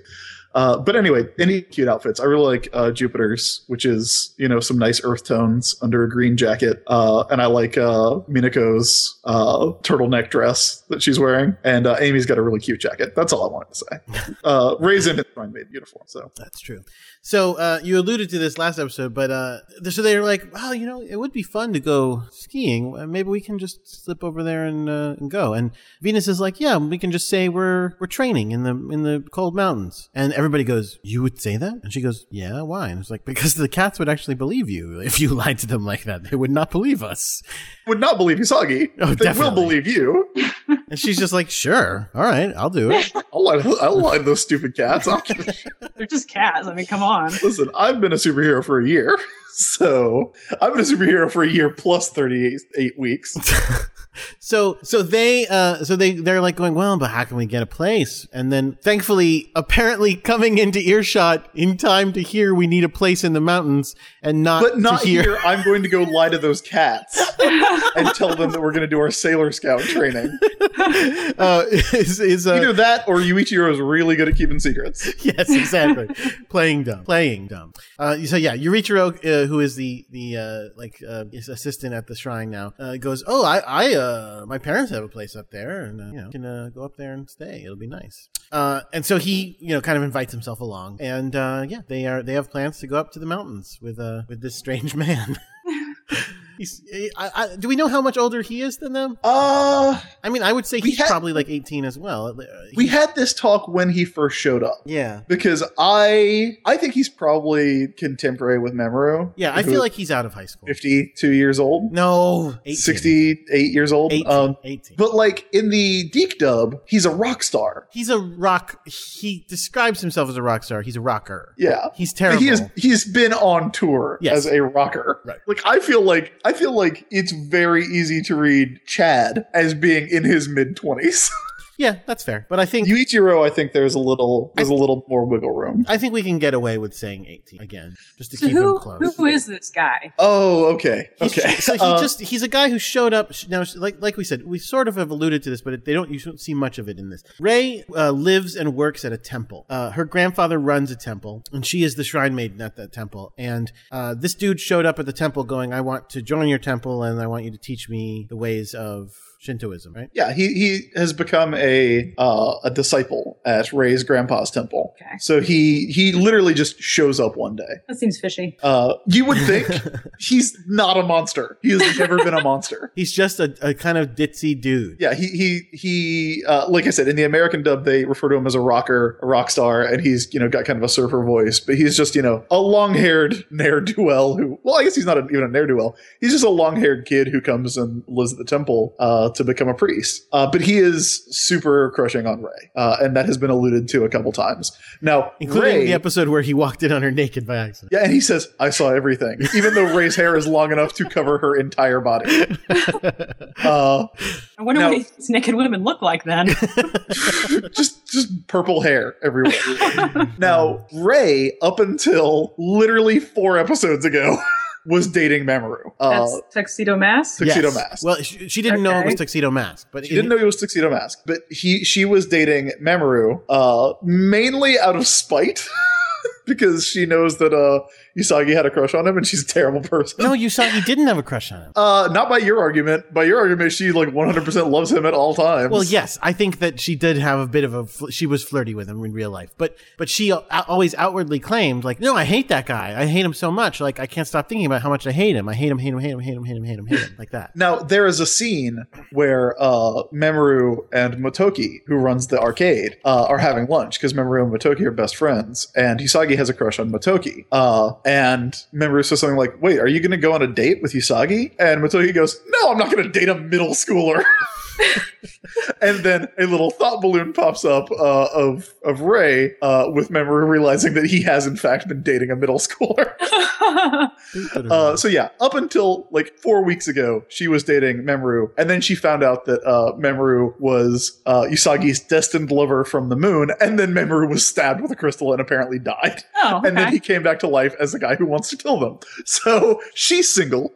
[SPEAKER 4] Uh, but anyway, any cute outfits. I really like uh, Jupiter's, which is you know some nice earth tones under a green jacket, uh, and I like uh, Minako's uh, turtleneck dress that she's wearing, and uh, Amy's got a really cute jacket. That's all I wanted to say. uh, Raisin is my maid uniform, so
[SPEAKER 3] That's true. So uh, you alluded to this last episode, but uh, th- so they were like, "Well, you know, it would be fun to go skiing. Uh, Maybe we can just slip over there and, uh, and go." And Venus is like, "Yeah, we can just say we're we're training in the in the cold mountains." And everybody goes, "You would say that?" And she goes, "Yeah, why?" And it's like, "Because the cats would actually believe you if you lied to them like that. They would not believe us."
[SPEAKER 4] would not believe Usagi.
[SPEAKER 3] Oh,
[SPEAKER 4] they will
[SPEAKER 3] definitely.
[SPEAKER 4] believe you.
[SPEAKER 3] And she's just like, "Sure, all right, I'll do it."
[SPEAKER 4] I'll lie, to, I'll lie to those stupid cats. I'll-
[SPEAKER 5] They're just cats. I mean, come on.
[SPEAKER 4] listen, I've been a superhero for a year, so I've been a superhero for a year plus thirty eight weeks.
[SPEAKER 3] So so they uh so they they're like going well, but how can we get a place? And then thankfully, apparently coming into earshot in time to hear we need a place in the mountains and not
[SPEAKER 4] but not
[SPEAKER 3] to hear.
[SPEAKER 4] here. I'm going to go lie to those cats and tell them that we're going to do our Sailor Scout training.
[SPEAKER 3] uh, is is uh,
[SPEAKER 4] Either that or Yuichiro is really good at keeping secrets.
[SPEAKER 3] yes, exactly. Playing dumb. Playing dumb. Uh, so yeah, Yurichiro, uh, who is the the uh, like uh, his assistant at the shrine now, uh, goes, "Oh, I, I, uh, my parents have a place up there, and uh, you know, can uh, go up there and stay. It'll be nice." Uh, and so he, you know, kind of invites himself along, and uh, yeah, they are they have plans to go up to the mountains with uh, with this strange man. He's, eh, I, I, do we know how much older he is than them?
[SPEAKER 4] Uh,
[SPEAKER 3] I mean, I would say
[SPEAKER 4] We
[SPEAKER 3] he's
[SPEAKER 4] had-
[SPEAKER 3] probably like 18 as well. Uh,
[SPEAKER 4] we had this talk when he first showed up
[SPEAKER 3] yeah.
[SPEAKER 4] because I I think he's probably contemporary with Mamoru.
[SPEAKER 3] Yeah, I
[SPEAKER 4] who
[SPEAKER 3] feel
[SPEAKER 4] is
[SPEAKER 3] like he's out of high school.
[SPEAKER 4] 52 years old,
[SPEAKER 3] No, 18.
[SPEAKER 4] 68 years old.
[SPEAKER 3] 18.
[SPEAKER 4] Um,
[SPEAKER 3] 18.
[SPEAKER 4] but like in the Deke dub, he's a rock star.
[SPEAKER 3] he's a rock. He describes himself as a rock star. He's a rocker.
[SPEAKER 4] Yeah.
[SPEAKER 3] He's terrible.
[SPEAKER 4] He has he's been on tour
[SPEAKER 3] Yes.
[SPEAKER 4] as a rocker.
[SPEAKER 3] Right.
[SPEAKER 4] Like I feel like I feel like it's very easy to read Chad as being in his mid twenties.
[SPEAKER 3] yeah, that's fair. But I think
[SPEAKER 4] Yuichiro, I think there's a little there's a little more wiggle room.
[SPEAKER 3] I think we can get away with saying 18 again, just to
[SPEAKER 5] So
[SPEAKER 3] keep
[SPEAKER 5] who
[SPEAKER 3] him close.
[SPEAKER 5] who is this guy?
[SPEAKER 4] Oh, okay,
[SPEAKER 3] He's-
[SPEAKER 4] okay.
[SPEAKER 3] So he
[SPEAKER 4] Uh,
[SPEAKER 3] just—he's a guy who showed up. sh- Now, sh- like like we said, we sort of have alluded to this, but it, they don't. You don't see much of it in this. Ray uh, lives and works at a temple. Uh, her grandfather runs a temple, and she is the shrine maiden at that temple. And uh, this dude showed up at the temple, going, "I want to join your temple, and I want you to teach me the ways of." Shintoism, right?
[SPEAKER 4] Yeah, he, he has become a uh, a disciple at Ray's grandpa's temple.
[SPEAKER 5] Okay.
[SPEAKER 4] So he he literally just shows up one day.
[SPEAKER 5] That seems fishy.
[SPEAKER 4] Uh, you would think he's not a monster. He has never been a monster.
[SPEAKER 3] He's just a, a kind of ditzy dude.
[SPEAKER 4] Yeah, he he he. Uh, like I said, in the American dub, they refer to him as a rocker, a rock star, and he's you know got kind of a surfer voice, but he's just you know a long-haired ne'er do well who. Well, I guess he's not a, even a ne'er do well. He's just a long-haired kid who comes and lives at the temple uh, to become a priest. Uh, but he is super crushing on Ray, uh, and that has been alluded to a couple times now,
[SPEAKER 3] Including
[SPEAKER 4] Ray-
[SPEAKER 3] the episode where he walked in on her naked by accident.
[SPEAKER 4] yeah, and he says, I saw everything, even though Ray's hair is long enough to cover her entire body. Uh,
[SPEAKER 5] I wonder
[SPEAKER 4] No.
[SPEAKER 5] what these naked women look like then.
[SPEAKER 4] just just purple hair everywhere. now, Ray, up until literally four episodes ago, was dating Mamoru. Uh,
[SPEAKER 5] That's Tuxedo Mask.
[SPEAKER 4] Tuxedo Mask.
[SPEAKER 3] Well, she, she didn't know it was
[SPEAKER 5] Okay.
[SPEAKER 3] Tuxedo Mask, but
[SPEAKER 4] she didn't know he was Tuxedo Mask, but he she was dating Mamoru uh, mainly out of spite because she knows that uh, Usagi had a crush on him, and she's a terrible person.
[SPEAKER 3] No, you saw you didn't have a crush on him.
[SPEAKER 4] Uh, not by your argument. By your argument, she like 100% loves him at all times.
[SPEAKER 3] Well, yes, I think that she did have a bit of a. Fl- she was flirty with him in real life, but but she al- always outwardly claimed like, no, I hate that guy. I hate him so much. Like I can't stop thinking about how much I hate him. I hate him. Hate him. Hate him. Hate him. Hate him. Hate him. Hate him. Like that.
[SPEAKER 4] Now there is a scene where uh, Mamoru and Motoki, who runs the arcade, uh, are having lunch because Mamoru and Motoki are best friends, and Usagi has a crush on Motoki. Uh, and Mamoru says something like, "Wait, are you going to go on a date with Usagi?" And Motoki goes, "No, I'm not going to date a middle schooler." and then a little thought balloon pops up uh, of of Ray uh, with Mamoru realizing that he has in fact been dating a middle schooler.
[SPEAKER 5] Oh,
[SPEAKER 4] Uh, so yeah, up until like four weeks ago, she was dating Memru, and then she found out that uh, Memru was uh, Usagi's destined lover from the moon, and then Memru was stabbed with a crystal and apparently died,
[SPEAKER 5] oh,
[SPEAKER 4] and then
[SPEAKER 5] okay.
[SPEAKER 4] he came back to life as the guy who wants to kill them. So she's single.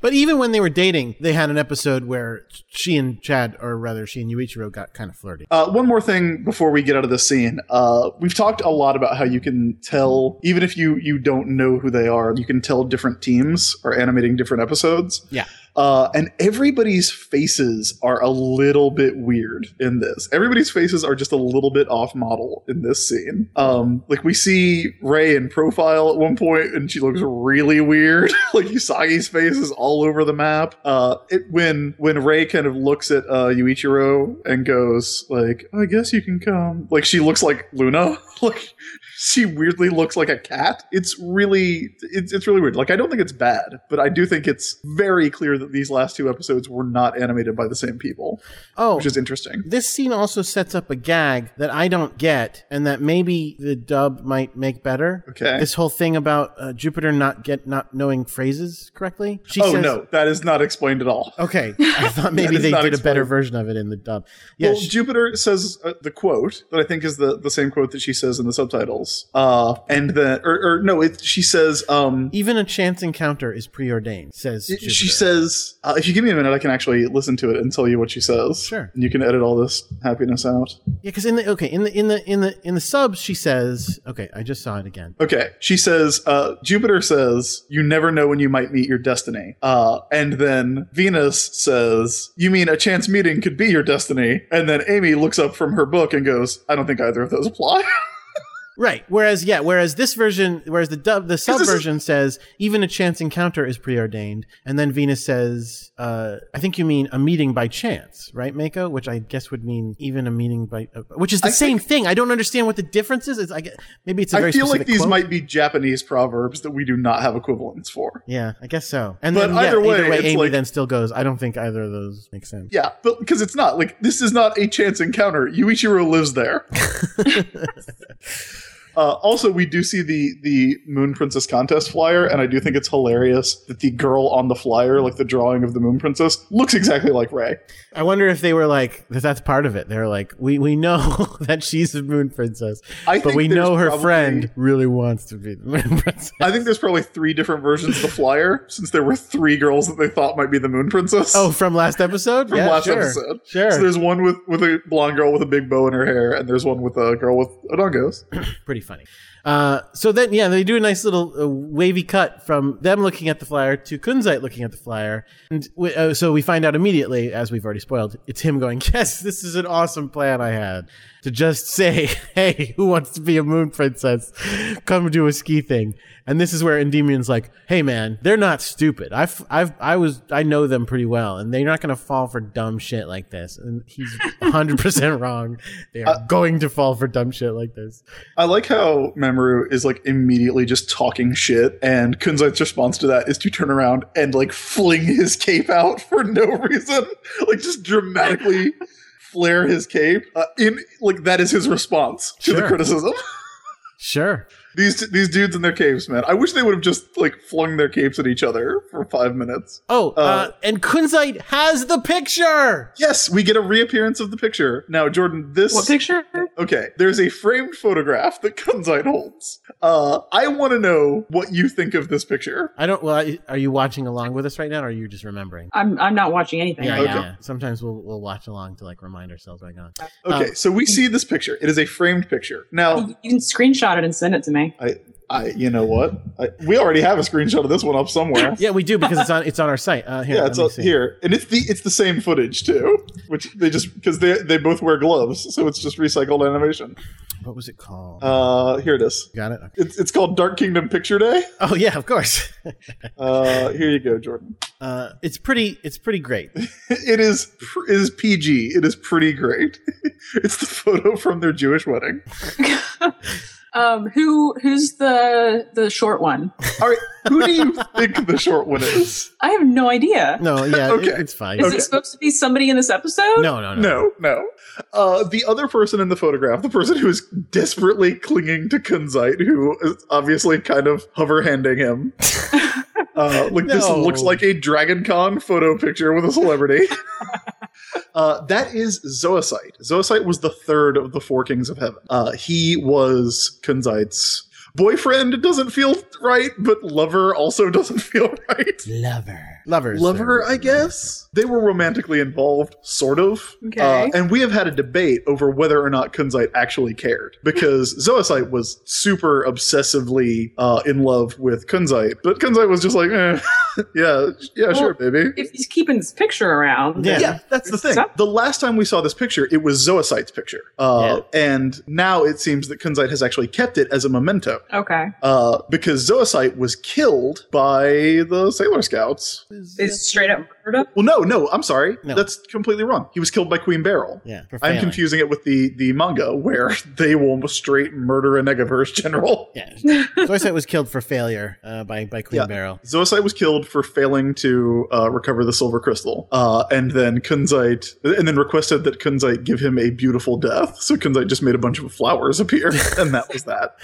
[SPEAKER 3] But even when they were dating, they had an episode where she and Chad, or rather, she and Yuichiro got kind of flirty.
[SPEAKER 4] Uh, one more thing before we get out of this scene. Uh, we've talked a lot about how you can tell, even if you you don't know who they are, you can tell different teams are animating different episodes.
[SPEAKER 3] Yeah.
[SPEAKER 4] Uh, and everybody's faces are a little bit weird in this. Everybody's faces are just a little bit off model in this scene. Um, like we see Ray in profile at one point, and she looks really weird. like Usagi's face is all over the map. Uh, it, when when Ray kind of looks at uh, Yuichiro and goes like, "I guess you can come," like she looks like Luna. like she weirdly looks like a cat. It's really it's, it's really weird. Like I don't think it's bad, but I do think it's very clear that these last two episodes were not animated by the same people,
[SPEAKER 3] Oh,
[SPEAKER 4] which is interesting.
[SPEAKER 3] This scene also sets up a gag that I don't get, and that maybe the dub might make better.
[SPEAKER 4] Okay.
[SPEAKER 3] This whole thing about uh, Jupiter not get not knowing phrases correctly. She
[SPEAKER 4] oh
[SPEAKER 3] says-
[SPEAKER 4] no, that is not explained at all.
[SPEAKER 3] Okay, I thought maybe
[SPEAKER 4] is
[SPEAKER 3] they
[SPEAKER 4] not
[SPEAKER 3] did a better
[SPEAKER 4] explained.
[SPEAKER 3] version of it in the dub. Yeah,
[SPEAKER 4] well,
[SPEAKER 3] sh-
[SPEAKER 4] Jupiter says uh, the quote that I think is the, the same quote that she says in the subtitles. Uh, and then, or, or no, it, she says, um,
[SPEAKER 3] even a chance encounter is preordained. Says Jupiter.
[SPEAKER 4] she says, uh, if you give me a minute, I can actually listen to it and tell you what she says.
[SPEAKER 3] Sure.
[SPEAKER 4] And you can edit all this happiness out.
[SPEAKER 3] Yeah, because in the okay in the in the in the in the subs she says. Okay, I just saw it again.
[SPEAKER 4] Okay. She says, uh, Jupiter says, you never know when you might meet your destiny. Uh, and then Venus says, you mean a chance meeting could be your destiny. And then Amy looks up from her book and goes, I don't think either of those apply.
[SPEAKER 3] Right. Whereas, yeah. Whereas this version, whereas the dub, the sub
[SPEAKER 4] this is-
[SPEAKER 3] version says even a chance encounter is preordained, and then Venus says, uh, "I think you mean a meeting by chance, right, Mako?" Which I guess would mean even a meeting by, uh, which is the same thing. I don't understand what the difference is. It's, I guess, maybe it's a very
[SPEAKER 4] I feel like
[SPEAKER 3] specific
[SPEAKER 4] these
[SPEAKER 3] quote.
[SPEAKER 4] might be Japanese proverbs that we do not have equivalents for.
[SPEAKER 3] Yeah, I guess so. And
[SPEAKER 4] But
[SPEAKER 3] then yeah,
[SPEAKER 4] either
[SPEAKER 3] either
[SPEAKER 4] way,
[SPEAKER 3] way,
[SPEAKER 4] it's
[SPEAKER 3] Amy
[SPEAKER 4] like-
[SPEAKER 3] then still goes. I don't think either of those make sense.
[SPEAKER 4] Yeah, but because it's not like this is not a chance encounter. Yuichiro lives there. Uh, also, we do see the the Moon Princess contest flyer, and I do think it's hilarious that the girl on the flyer, like the drawing of the Moon Princess, looks exactly like Ray.
[SPEAKER 3] I wonder if they were like that. That's part of it. They're like, we we know that she's a moon princess,
[SPEAKER 4] I
[SPEAKER 3] but
[SPEAKER 4] think
[SPEAKER 3] we
[SPEAKER 4] there's
[SPEAKER 3] know her
[SPEAKER 4] probably-
[SPEAKER 3] friend really wants to be the moon princess.
[SPEAKER 4] I think there's probably three different versions of the flyer, since there were three girls that they thought might be the Moon Princess.
[SPEAKER 3] Oh, from last episode?
[SPEAKER 4] from
[SPEAKER 3] yeah,
[SPEAKER 4] last
[SPEAKER 3] sure.
[SPEAKER 4] episode.
[SPEAKER 3] Sure.
[SPEAKER 4] So there's one with with a blonde girl with a big bow in her hair, and there's one with a girl with odongos.
[SPEAKER 3] Pretty funny. Uh, so then, yeah, they do a nice little uh, wavy cut from them looking at the flyer to Kunzite looking at the flyer. And we, uh, so we find out immediately, as we've already spoiled, it's him going, Yes, this is an awesome plan I had to just say, Hey, who wants to be a moon princess? Come do a ski thing. And this is where Endemion's like, Hey, man, they're not stupid. I've, I've, I was, I know them pretty well, and they're not going to fall for dumb shit like this. And he's 100% wrong. They are going to fall for dumb shit like this.
[SPEAKER 4] I like how Mamoru is like immediately just talking shit, and Kunzite's response to that is to turn around and like fling his cape out for no reason, like just dramatically flare his cape. Uh, in like that is his response to the
[SPEAKER 3] Sure.
[SPEAKER 4] criticism.
[SPEAKER 3] Sure.
[SPEAKER 4] these these dudes in their capes, man. I wish they would have just like flung their capes at each other for five minutes.
[SPEAKER 3] Oh, uh,
[SPEAKER 4] Uh,
[SPEAKER 3] and Kunzite has the picture.
[SPEAKER 4] Yes, we get a reappearance of the picture now, Jordan. This
[SPEAKER 5] What picture?
[SPEAKER 4] Okay, there's a framed photograph that Kunzite holds. Uh, I want to know what you think of this picture.
[SPEAKER 3] I don't. Well, I- are you watching along with us right now, or are you just remembering?
[SPEAKER 5] I'm I'm not watching anything.
[SPEAKER 3] Yeah,
[SPEAKER 5] right
[SPEAKER 3] yeah,
[SPEAKER 5] now.
[SPEAKER 3] yeah. Sometimes we'll we'll watch along to like remind ourselves right now.
[SPEAKER 4] Okay,
[SPEAKER 3] Um,
[SPEAKER 4] so we see this picture. It is a framed picture. Now,
[SPEAKER 5] You- You can screenshot it and send it to me.
[SPEAKER 4] I, you know what? I, we already have a screenshot of this one up somewhere.
[SPEAKER 3] Yeah, we do because it's on it's on our site. Uh, here,
[SPEAKER 4] Yeah,
[SPEAKER 3] let
[SPEAKER 4] it's
[SPEAKER 3] me
[SPEAKER 4] up
[SPEAKER 3] see.
[SPEAKER 4] here, and it's the it's the same footage too, which they just because they they both wear gloves, so it's just recycled animation.
[SPEAKER 3] What was it called?
[SPEAKER 4] Uh, here it is.
[SPEAKER 3] Got it. Okay.
[SPEAKER 4] It's, it's called Dark Kingdom Picture Day.
[SPEAKER 3] Oh yeah, of course.
[SPEAKER 4] Uh, here you go, Jordan.
[SPEAKER 3] Uh, it's pretty. It's pretty great.
[SPEAKER 4] It is pr- it is PG. It is pretty great. it's the photo from their Jewish wedding.
[SPEAKER 5] Um, who who's the the short one?
[SPEAKER 4] All right, who do you think the short one is?
[SPEAKER 5] I have no idea.
[SPEAKER 3] No, yeah,
[SPEAKER 4] Okay.
[SPEAKER 3] it- it's fine.
[SPEAKER 5] Is
[SPEAKER 4] Okay.
[SPEAKER 5] it supposed to be somebody in this episode?
[SPEAKER 3] No, no, no,
[SPEAKER 4] No, no. Uh, the other person in the photograph, the person who is desperately clinging to Kunzite, who is obviously kind of hover handing him. Uh, like this
[SPEAKER 3] No.
[SPEAKER 4] looks like a Dragon Con photo picture with a celebrity. uh, that is Zoocyte. Zoocyte was the third of the four kings of heaven. Uh, he was Kunzite's boyfriend. It doesn't feel right, but lover also doesn't feel right.
[SPEAKER 3] Lover, lovers,
[SPEAKER 4] Lover,
[SPEAKER 3] they're-
[SPEAKER 4] I guess. They were romantically involved, sort of.
[SPEAKER 5] Okay.
[SPEAKER 4] Uh, and we have had a debate over whether or not Kunzite actually cared because Zoocyte was super obsessively uh, in love with Kunzite, but Kunzite was just like, eh, yeah, yeah, sure, baby.
[SPEAKER 5] If he's keeping this picture around,
[SPEAKER 3] Yeah.
[SPEAKER 5] yeah.
[SPEAKER 4] Yeah, that's the thing.
[SPEAKER 5] Some-
[SPEAKER 4] The last time we saw this picture, it was Zoocyte's picture. Uh, And now it seems that Kunzite has actually kept it as a memento
[SPEAKER 5] okay,
[SPEAKER 4] uh, because Zoocyte was killed by the Sailor Scouts.
[SPEAKER 5] is straight up murder.
[SPEAKER 4] Well, no, no, I'm sorry.
[SPEAKER 3] No.
[SPEAKER 4] That's completely wrong. He was killed by Queen Beryl.
[SPEAKER 3] Yeah, for
[SPEAKER 4] I'm
[SPEAKER 3] failing.
[SPEAKER 4] confusing it with the the manga where they will straight murder a Negaverse general.
[SPEAKER 3] Yeah, Zoisite was killed for failure uh, by by Queen
[SPEAKER 4] Yeah.
[SPEAKER 3] Barrel.
[SPEAKER 4] Zoocyte was killed for failing to uh, recover the silver crystal, uh, and then Kunzite, and then requested that Kunzite give him a beautiful death. So Kunzite just made a bunch of flowers appear, and that was that.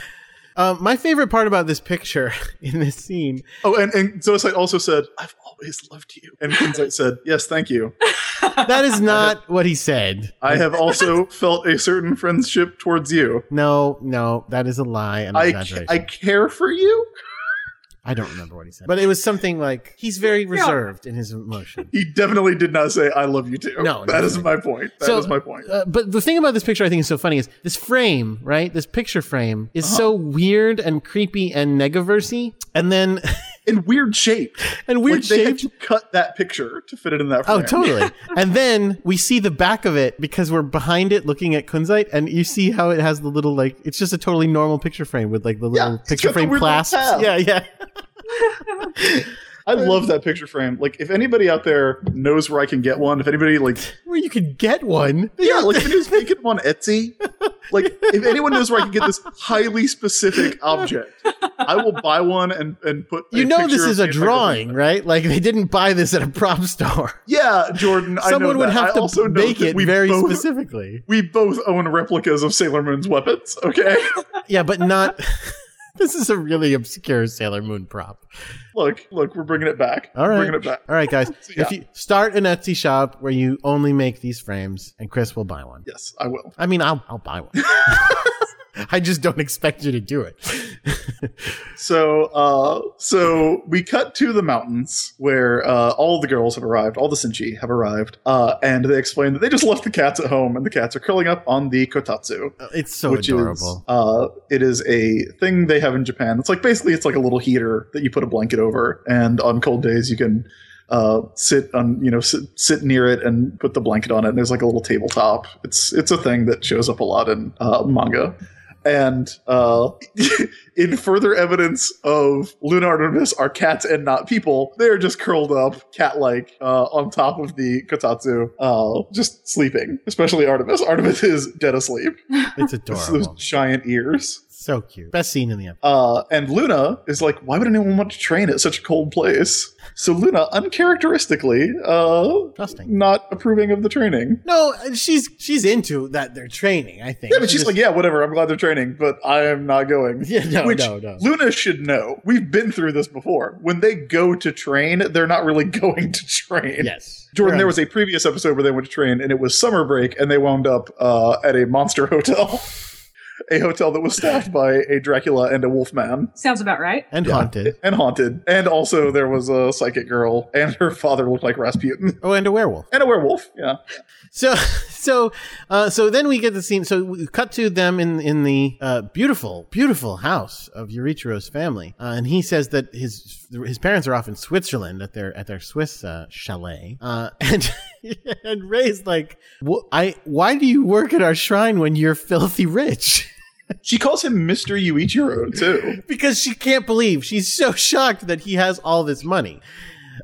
[SPEAKER 3] Um, my favorite part about this picture in this scene
[SPEAKER 4] Oh, and and Zoocyte also said, "I've always loved you," and Kunzite said, "Yes, thank you.
[SPEAKER 3] That is not what he said.
[SPEAKER 4] I have also felt a certain friendship towards you.
[SPEAKER 3] No, no, that is a lie and
[SPEAKER 4] I ca-
[SPEAKER 3] exaggeration.
[SPEAKER 4] I
[SPEAKER 3] I,
[SPEAKER 4] care for you."
[SPEAKER 3] don't remember what he said, but it was something like he's very reserved in his emotion.
[SPEAKER 4] He definitely did not say "I love you too."
[SPEAKER 3] No,
[SPEAKER 4] that
[SPEAKER 3] no,
[SPEAKER 4] is
[SPEAKER 3] no.
[SPEAKER 4] my point. That is
[SPEAKER 3] So-
[SPEAKER 4] my point.
[SPEAKER 3] Uh, but the thing about this picture I think is so funny is this frame, right? This picture frame is so weird and creepy and negaversy, and then
[SPEAKER 4] In weird shape,
[SPEAKER 3] and weird
[SPEAKER 4] like they had
[SPEAKER 3] shaped.
[SPEAKER 4] to cut that picture to fit it in that. Frame.
[SPEAKER 3] Oh, totally. and then we see the back of it because we're behind it looking at Kunzite, and you see how it has the little, like, it's just a totally normal picture frame with, like, the
[SPEAKER 4] Yeah,
[SPEAKER 3] little
[SPEAKER 4] it's
[SPEAKER 3] picture
[SPEAKER 4] got the
[SPEAKER 3] frame
[SPEAKER 4] weird little
[SPEAKER 3] clasps.
[SPEAKER 4] tab.
[SPEAKER 3] Yeah, yeah.
[SPEAKER 4] I love that picture frame. Like, if anybody out there knows where I can get one, if anybody like,
[SPEAKER 3] Where you could get one.
[SPEAKER 4] yeah, like if anyone's making one on Etsy, like if anyone knows where I can get this highly specific object, I will buy one and and put. a
[SPEAKER 3] you know this
[SPEAKER 4] picture
[SPEAKER 3] is
[SPEAKER 4] of
[SPEAKER 3] a
[SPEAKER 4] me if I go
[SPEAKER 3] drawing,
[SPEAKER 4] there.
[SPEAKER 3] right? Like they didn't buy this at a prop store.
[SPEAKER 4] Yeah, Jordan. I know
[SPEAKER 3] Someone would
[SPEAKER 4] that. I
[SPEAKER 3] have
[SPEAKER 4] also
[SPEAKER 3] to
[SPEAKER 4] know
[SPEAKER 3] make
[SPEAKER 4] that
[SPEAKER 3] it
[SPEAKER 4] we
[SPEAKER 3] very
[SPEAKER 4] both-
[SPEAKER 3] specifically.
[SPEAKER 4] We both own replicas of Sailor Moon's weapons. Okay.
[SPEAKER 3] Yeah, but not. this is a really obscure Sailor Moon prop.
[SPEAKER 4] look, look, we're bringing it back.
[SPEAKER 3] All
[SPEAKER 4] We're
[SPEAKER 3] right.
[SPEAKER 4] bringing it back.
[SPEAKER 3] All right, guys.
[SPEAKER 4] Yeah.
[SPEAKER 3] If you start an Etsy shop where you only make these frames, and Chris will buy one.
[SPEAKER 4] Yes, I will.
[SPEAKER 3] I mean, I'll I'll buy one. I just don't expect you to do it.
[SPEAKER 4] So, uh, so we cut to the mountains where uh, all the girls have arrived, all the Sinchi have arrived, uh, and they explain that they just left the cats at home, and the cats are curling up on the kotatsu,
[SPEAKER 3] it's so
[SPEAKER 4] which is
[SPEAKER 3] adorable.
[SPEAKER 4] uh, it is a thing they have in Japan. It's like basically it's like a little heater that you put a blanket over, and on cold days you can uh, sit on you know sit, sit near it and put the blanket on it. And there's like a little tabletop. It's it's a thing that shows up a lot in uh, manga. And uh, in further evidence of Luna Artemis are cats and not people. They're just curled up, cat like, uh, on top of the kotatsu, uh, just sleeping, especially Artemis. Artemis is dead asleep.
[SPEAKER 3] it's
[SPEAKER 4] It's
[SPEAKER 3] adorable.
[SPEAKER 4] those giant ears.
[SPEAKER 3] so cute. Best scene in the episode.
[SPEAKER 4] Uh, and Luna is like, why would anyone want to train at such a cold place? So Luna, uncharacteristically, uh,
[SPEAKER 3] Trusting.
[SPEAKER 4] not approving of the training.
[SPEAKER 3] No, uh, she's she's into that. They're training. I think.
[SPEAKER 4] Yeah, but she's like, yeah, whatever. I'm glad they're training, but I am not going.
[SPEAKER 3] yeah, no,
[SPEAKER 4] Which
[SPEAKER 3] no, no.
[SPEAKER 4] Luna should know. We've been through this before. When they go to train, they're not really going to train.
[SPEAKER 3] Yes,
[SPEAKER 4] Jordan, there was a previous episode where they went to train, and it was summer break, and they wound up uh, at a monster hotel, a hotel that was staffed by a Dracula and a Wolfman.
[SPEAKER 5] Sounds about right.
[SPEAKER 3] and
[SPEAKER 4] Yeah.
[SPEAKER 3] haunted.
[SPEAKER 4] and haunted. And also there was a psychic girl, and her father looked like Rasputin.
[SPEAKER 3] Oh, and a werewolf.
[SPEAKER 4] And a werewolf, yeah.
[SPEAKER 3] So, so, uh, so then we get the scene. So we cut to them in in the uh, beautiful, beautiful house of Eurichiro's family, uh, and he says that his his parents are off in Switzerland at their at their Swiss uh, chalet, uh, and and Ray's like, "Wh- I why do you work at our shrine when you're filthy rich?
[SPEAKER 4] She calls him Mr. Yuichiro too.
[SPEAKER 3] because she can't believe she's so shocked that he has all this money.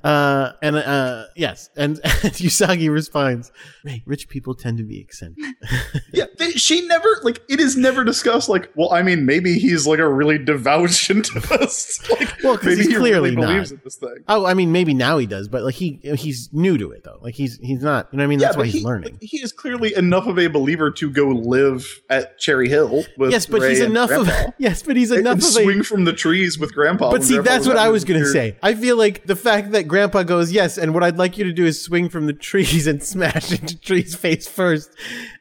[SPEAKER 3] Uh, and uh, yes, and, and Usagi responds, "Ray, rich people tend to be eccentric."
[SPEAKER 4] Yeah, they, she never like it is never discussed. Like, well, I mean, maybe he's like a really devout Shintoist. Like,
[SPEAKER 3] Well, 'cause
[SPEAKER 4] maybe
[SPEAKER 3] he's
[SPEAKER 4] he
[SPEAKER 3] clearly
[SPEAKER 4] really believes
[SPEAKER 3] not.
[SPEAKER 4] in this thing.
[SPEAKER 3] Oh, I mean, maybe now he does, but like he he's new to it though. Like he's he's not. You know what I mean? That's
[SPEAKER 4] yeah,
[SPEAKER 3] why
[SPEAKER 4] but
[SPEAKER 3] he's
[SPEAKER 4] he,
[SPEAKER 3] learning.
[SPEAKER 4] but He is clearly enough of a believer to go live at Cherry Hill. With
[SPEAKER 3] Yes, but
[SPEAKER 4] Ray
[SPEAKER 3] he's
[SPEAKER 4] and
[SPEAKER 3] enough of.
[SPEAKER 4] Grandpa.
[SPEAKER 3] Yes, but he's
[SPEAKER 4] And
[SPEAKER 3] enough of a.
[SPEAKER 4] swing from the trees with Grandpa.
[SPEAKER 3] But
[SPEAKER 4] when
[SPEAKER 3] see,
[SPEAKER 4] Grandpa
[SPEAKER 3] that's what I
[SPEAKER 4] having
[SPEAKER 3] was going to
[SPEAKER 4] weird-
[SPEAKER 3] say. I feel like the fact that Grandpa goes, yes, and what I'd like you to do is swing from the trees and smash into trees face first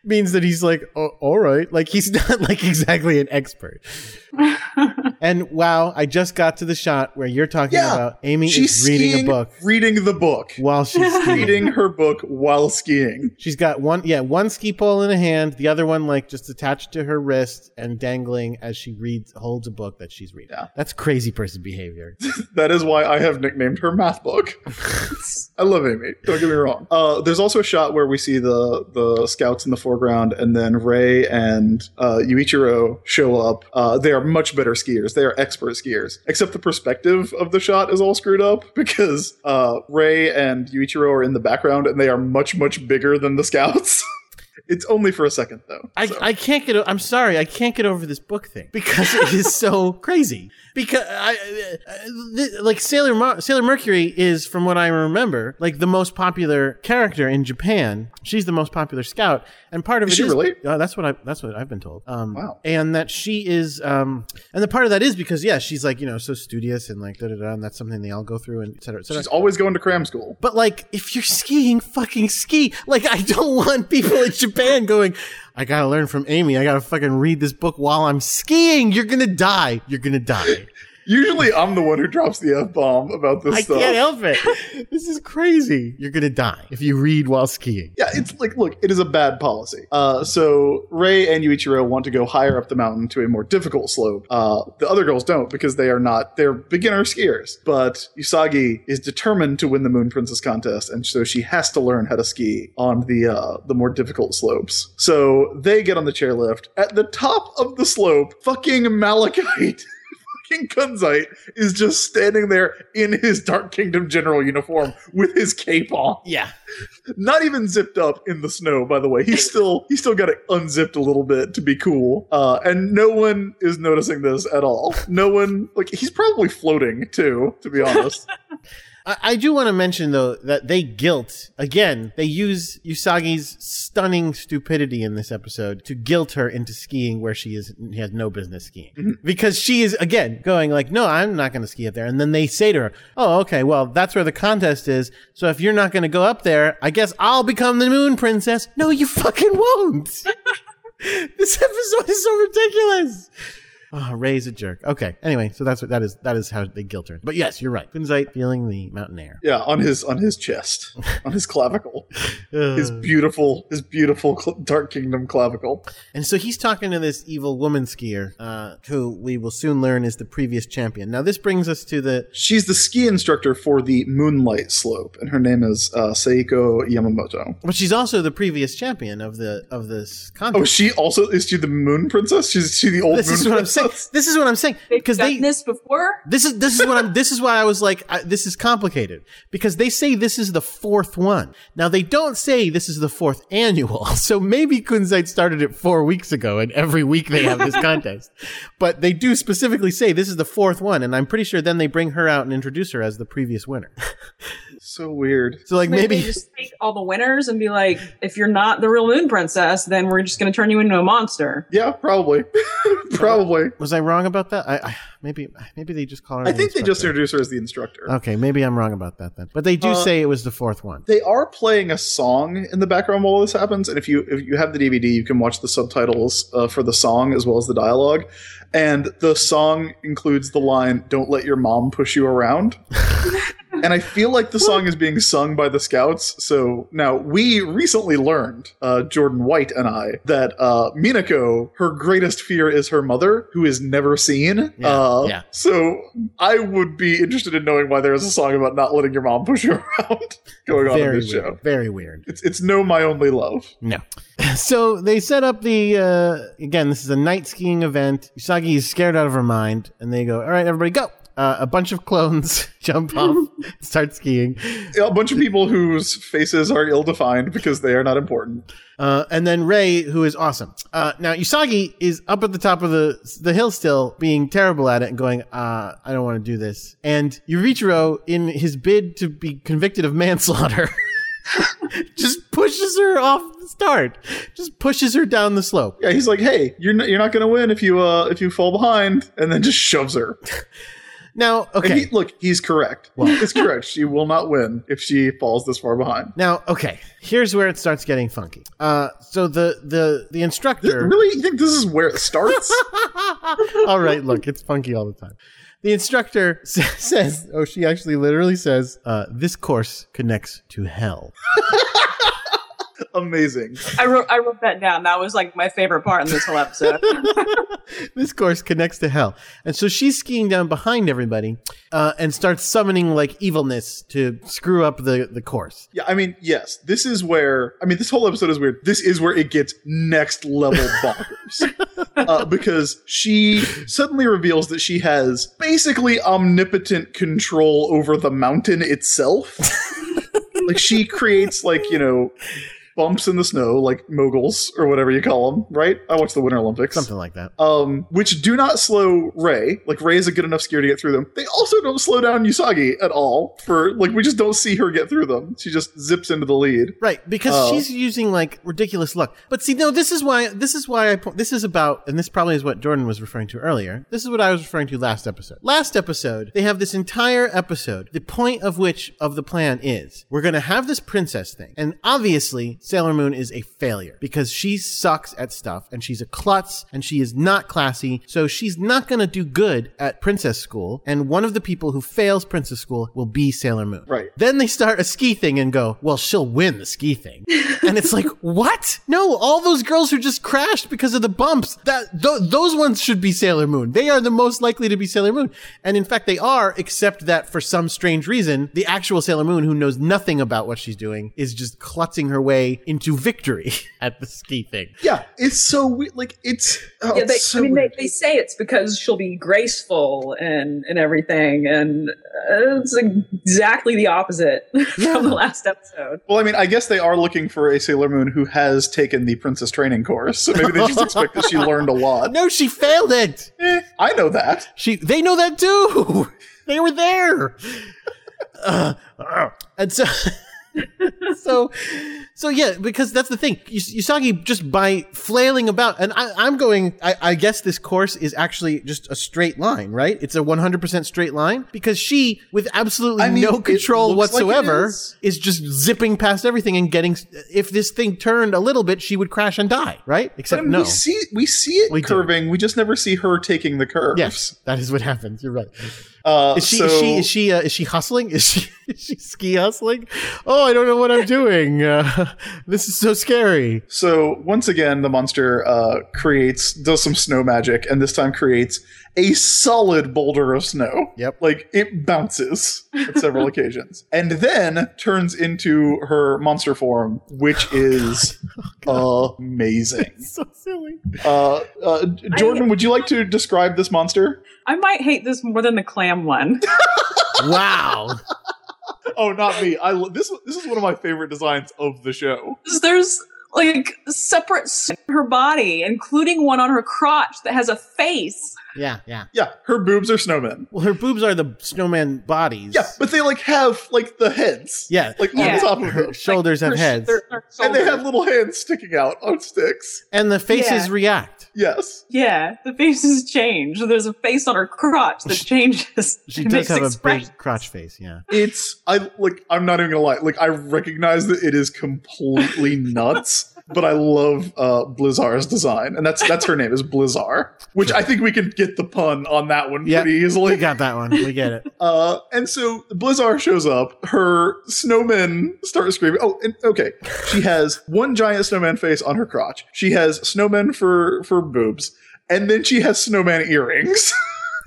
[SPEAKER 3] means that he's like, oh, all right. Like, he's not like exactly an expert. and wow, I just got to the shot where you're talking
[SPEAKER 4] Yeah.
[SPEAKER 3] about Amy
[SPEAKER 4] She's
[SPEAKER 3] is reading a
[SPEAKER 4] skiing,
[SPEAKER 3] book
[SPEAKER 4] Reading the book.
[SPEAKER 3] while she's skiing.
[SPEAKER 4] reading her book while skiing.
[SPEAKER 3] She's got one, yeah, one ski pole in a hand, the other one like just attached to her wrist and dangling as she reads, holds a book that she's reading.
[SPEAKER 4] Yeah.
[SPEAKER 3] That's crazy person behavior.
[SPEAKER 4] That is why I have nicknamed her math book. I love Amy. Don't get me wrong. Uh, there's also a shot where we see the the scouts in the foreground, and then Ray and uh, Yuichiro show up. Uh, they are much better skiers. They are expert skiers. Except the perspective of the shot is all screwed up because uh, Ray and Yuichiro are in the background, and they are much much bigger than the scouts. it's only for a second though.
[SPEAKER 3] I,
[SPEAKER 4] so.
[SPEAKER 3] I can't get. o- I'm sorry. I can't get over this book thing because it is so crazy. Because I, I- I- th- like Sailor Mar- Sailor Mercury is, from what I remember, like the most popular character in Japan. She's the most popular scout, and part of
[SPEAKER 4] Is
[SPEAKER 3] it
[SPEAKER 4] she really?
[SPEAKER 3] Uh, that's what I. That's what I've been told. Um,
[SPEAKER 4] Wow.
[SPEAKER 3] And that she is. Um, and the part of that is because yeah, she's like you know so studious and like da da da, and that's something they all go through and et cetera, et cetera.
[SPEAKER 4] She's always going to cram school.
[SPEAKER 3] But like, if you're skiing, fucking ski. Like, I don't want people in Japan going, I gotta learn from Amy. I gotta fucking read this book while I'm skiing. You're gonna die. You're gonna die.
[SPEAKER 4] Usually, I'm the one who drops the f bomb about this
[SPEAKER 3] I
[SPEAKER 4] stuff.
[SPEAKER 3] can't help it. This is crazy. You're gonna die if you read while skiing.
[SPEAKER 4] Yeah, it's like, look, it is a bad policy. Uh, so Ray and Yuichiro want to go higher up the mountain to a more difficult slope. Uh, the other girls don't because they are not, they're beginner skiers. But Usagi is determined to win the Moon Princess contest, and so she has to learn how to ski on the, uh, the more difficult slopes. So they get on the chairlift. At the top of the slope, fucking Malachite. King Kunzite is just standing there in his Dark Kingdom general uniform with his cape on
[SPEAKER 3] Yeah.
[SPEAKER 4] not even zipped up in the snow by the way he's still he's still got it unzipped a little bit to be cool uh and no one is noticing this at all no one like he's probably floating too to be honest
[SPEAKER 3] I, I do want to mention though that they guilt again. They use Usagi's stunning stupidity in this episode to guilt her into skiing where she is has no business skiing because she is again going like, "No, I'm not going to ski up there." And then they say to her, "Oh, okay, well that's where the contest is. So if you're not going to go up there, I guess I'll become the moon princess." No, you fucking won't. this episode is so ridiculous. Oh, Ray's a jerk. Okay. Anyway, so that's what that is. That is how they guilt her. But yes, you're right. Kunzite feeling the mountain air.
[SPEAKER 4] Yeah, on his on his chest, on his clavicle, his
[SPEAKER 3] Ugh.
[SPEAKER 4] beautiful his beautiful cl- Dark Kingdom clavicle.
[SPEAKER 3] And so he's talking to this evil woman skier, uh, who we will soon learn is the previous champion. Now this brings us to the
[SPEAKER 4] She's the ski instructor for the Moonlight Slope, and her name is uh, Seiko Yamamoto.
[SPEAKER 3] but she's also the previous champion of the of this
[SPEAKER 4] Oh,
[SPEAKER 3] contest.
[SPEAKER 4] she also is she the Moon Princess? She's Oh, she the old
[SPEAKER 3] this
[SPEAKER 4] Moon
[SPEAKER 3] is what I'm
[SPEAKER 4] Princess?
[SPEAKER 3] saying. This is what I'm saying
[SPEAKER 5] They've
[SPEAKER 3] because
[SPEAKER 5] done
[SPEAKER 3] they
[SPEAKER 5] this before.
[SPEAKER 3] this is this is what I'm this is why I was like I, this is complicated because they say this is the fourth one. Now they don't say this is the fourth annual. So maybe Kunzite started it 4 weeks ago and every week they have this contest. But they do specifically say this is the fourth one and I'm pretty sure then they bring her out and introduce her as the previous winner.
[SPEAKER 4] So weird.
[SPEAKER 3] So like
[SPEAKER 5] Maybe, they
[SPEAKER 3] maybe
[SPEAKER 5] just take all the winners and be like, if you're not the real moon princess, then we're just going to turn you into a monster.
[SPEAKER 4] Yeah, probably, probably.
[SPEAKER 3] was I wrong about that? I, I maybe maybe they just call her
[SPEAKER 4] I
[SPEAKER 3] the
[SPEAKER 4] think they just
[SPEAKER 3] instructor.
[SPEAKER 4] introduced her as the instructor.
[SPEAKER 3] Okay, maybe I'm wrong about that then. But they do
[SPEAKER 4] Uh,
[SPEAKER 3] say it was the fourth one.
[SPEAKER 4] they are playing a song in the background while this happens and if you if you have the dvd you can watch the subtitles uh, for the song as well as the dialogue and the song includes the line don't let your mom push you around and i feel like the song is being sung by the scouts so now we recently learned uh, jordan white and i that uh, minako her greatest fear is her mother who is never seen
[SPEAKER 3] Yeah,
[SPEAKER 4] uh,
[SPEAKER 3] yeah.
[SPEAKER 4] so i would be interested in knowing why there is a song about not letting your mom push you around going on in
[SPEAKER 3] Very
[SPEAKER 4] this show.
[SPEAKER 3] weird. Very weird.
[SPEAKER 4] It's it's no my only love.
[SPEAKER 3] No. So they set up the uh, again. This is a night skiing event. Usagi is scared out of her mind, and they go, "All right, everybody, go!" Uh, a bunch of clones jump off, start skiing,
[SPEAKER 4] A bunch of people whose faces are ill defined because they are not important.
[SPEAKER 3] uh, and then Ray, who is awesome. Uh, now Usagi is up at the top of the the hill still, being terrible at it and going, uh, "I don't want to do this." And Yurichiro, in his bid to be convicted of manslaughter. Just pushes her off the start. Just pushes her down the slope.
[SPEAKER 4] Yeah, he's like, hey, you're not, you're not going to win if you uh if you fall behind, and then just shoves her.
[SPEAKER 3] Now, okay.
[SPEAKER 4] And he, look, he's correct. He's correct. She will not win if she falls this far behind.
[SPEAKER 3] Now, okay, here's where it starts getting funky. Uh, so the the the
[SPEAKER 4] Th-
[SPEAKER 3] instructor.
[SPEAKER 4] Really, you think this is where it starts?
[SPEAKER 3] all right, look, it's funky all the time. The instructor sa- says, "Oh, she actually literally says, uh, this course connects to hell."
[SPEAKER 4] Amazing.
[SPEAKER 5] I wrote, I wrote that down. That was like my favorite part in this whole episode.
[SPEAKER 3] this course connects to hell, and so she's skiing down behind everybody uh, and starts summoning like evilness to screw up the the course.
[SPEAKER 4] Yeah, I mean, yes, this is where, I mean, this whole episode is weird. This is where it gets next level bonkers. uh, because she suddenly reveals that she has basically omnipotent control over the mountain itself. like, she creates, like, you know, bumps in the snow, like moguls or whatever you call them, right? I watched the Winter Olympics
[SPEAKER 3] Something like that.
[SPEAKER 4] um, which do not slow Ray. Like Ray is a good enough skier to get through them. They also don't slow down Usagi at all. For like, we just don't see her get through them. She just zips into the lead.
[SPEAKER 3] Right, because
[SPEAKER 4] Oh.
[SPEAKER 3] she's using like ridiculous luck. But see, no, this is why this is why I po- this is about, and this probably is what Jordan was referring to earlier. This is what I was referring to last episode. Last episode, they have this entire episode. The point of which of the plan is we're going to have this princess thing, and obviously Sailor Moon is a failure because she sucks at stuff, and she's a klutz, and she is not classy, so she's not going to do good at princess school. And one of the people who fails princess school will be Sailor Moon.
[SPEAKER 4] Right.
[SPEAKER 3] Then they start a ski thing and go, well, she'll win the ski thing. and it's like, what? No, all those girls who just crashed because of the bumps, that th- those ones should be Sailor Moon. They are the most likely to be Sailor Moon. And in fact, they are, except that for some strange reason, the actual Sailor Moon, who knows nothing about what she's doing, is just klutzing her way into victory at the ski thing.
[SPEAKER 4] Yeah, it's so weird. Like it's, oh,
[SPEAKER 5] yeah, they,
[SPEAKER 4] it's so
[SPEAKER 5] I mean, they,
[SPEAKER 4] weird.
[SPEAKER 5] they say it's because she'll be graceful and and everything, and uh, it's exactly the opposite from the last episode.
[SPEAKER 4] well, I mean, I guess they are looking for a Sailor Moon who has taken the princess training course. So maybe they just expect that she learned a lot.
[SPEAKER 3] No, she failed it.
[SPEAKER 4] Eh, I know that.
[SPEAKER 3] She, they know that too. they were there. Uh, uh, and so, so, So yeah, because that's the thing. Yus- Usagi just by flailing about, and I, I'm going. I, I guess this course is actually just a straight line, right? It's a 100% straight line because she, with absolutely
[SPEAKER 4] I mean,
[SPEAKER 3] no
[SPEAKER 4] it
[SPEAKER 3] control
[SPEAKER 4] looks like it
[SPEAKER 3] whatsoever,
[SPEAKER 4] is.
[SPEAKER 3] is just zipping past everything and getting. If this thing turned a little bit, she would crash and die, right?
[SPEAKER 4] But
[SPEAKER 3] Except
[SPEAKER 4] I mean,
[SPEAKER 3] no.
[SPEAKER 4] we see we see it
[SPEAKER 3] We do.
[SPEAKER 4] curving. We just never see her taking the curve.
[SPEAKER 3] Yes, that is what happens. You're right.
[SPEAKER 4] Uh,
[SPEAKER 3] Is she
[SPEAKER 4] so,
[SPEAKER 3] is she is she uh, is she hustling? Is she is she ski hustling? Oh, I don't know what I'm doing. Uh, this is so scary.
[SPEAKER 4] so once again, the monster uh, creates does some snow magic, and this time creates a solid boulder of snow.
[SPEAKER 3] Yep.
[SPEAKER 4] like it bounces at several occasions, and then turns into her monster form, which
[SPEAKER 3] Oh,
[SPEAKER 4] is amazing.
[SPEAKER 3] So silly.
[SPEAKER 4] Uh, uh, Jordan, would you like to describe this monster?
[SPEAKER 5] I might hate this more than the clam one.
[SPEAKER 3] Wow.
[SPEAKER 4] Oh, not me. I lo- this this is one of my favorite designs of the show.
[SPEAKER 5] 'Cause There's like separate s- in her body, including one on her crotch that has a face.
[SPEAKER 3] yeah, yeah.
[SPEAKER 4] Yeah, her boobs are snowmen.
[SPEAKER 3] Well, her boobs are the snowman bodies.
[SPEAKER 4] Yeah, but they like have like the heads.
[SPEAKER 3] Yeah.
[SPEAKER 4] Like
[SPEAKER 5] Yeah.
[SPEAKER 4] on top of
[SPEAKER 3] Her
[SPEAKER 4] them.
[SPEAKER 3] shoulders
[SPEAKER 5] Her
[SPEAKER 3] have
[SPEAKER 5] sh-
[SPEAKER 3] heads,
[SPEAKER 5] their- their
[SPEAKER 4] And they
[SPEAKER 5] shoulders.
[SPEAKER 4] have little hands sticking out on sticks.
[SPEAKER 3] and the faces
[SPEAKER 5] Yeah.
[SPEAKER 3] react.
[SPEAKER 4] Yes.
[SPEAKER 5] yeah, the faces change. There's a face on her crotch that changes.
[SPEAKER 3] She
[SPEAKER 5] and
[SPEAKER 3] does
[SPEAKER 5] makes
[SPEAKER 3] have a big
[SPEAKER 5] expressions.
[SPEAKER 3] crotch face. Yeah.
[SPEAKER 4] It's I like I'm not even gonna lie, like I recognize that it is completely nuts, but I love uh Blizzar's design. And that's that's her name is Blizzar. Which I think we can get the pun on that one
[SPEAKER 3] Yeah.
[SPEAKER 4] pretty
[SPEAKER 3] We
[SPEAKER 4] easily.
[SPEAKER 3] got that one. We get it.
[SPEAKER 4] Uh and so Blizzar shows up, her snowmen start screaming. Oh, and okay. She has one giant snowman face on her crotch. She has snowmen for for boobs, and then she has snowman earrings.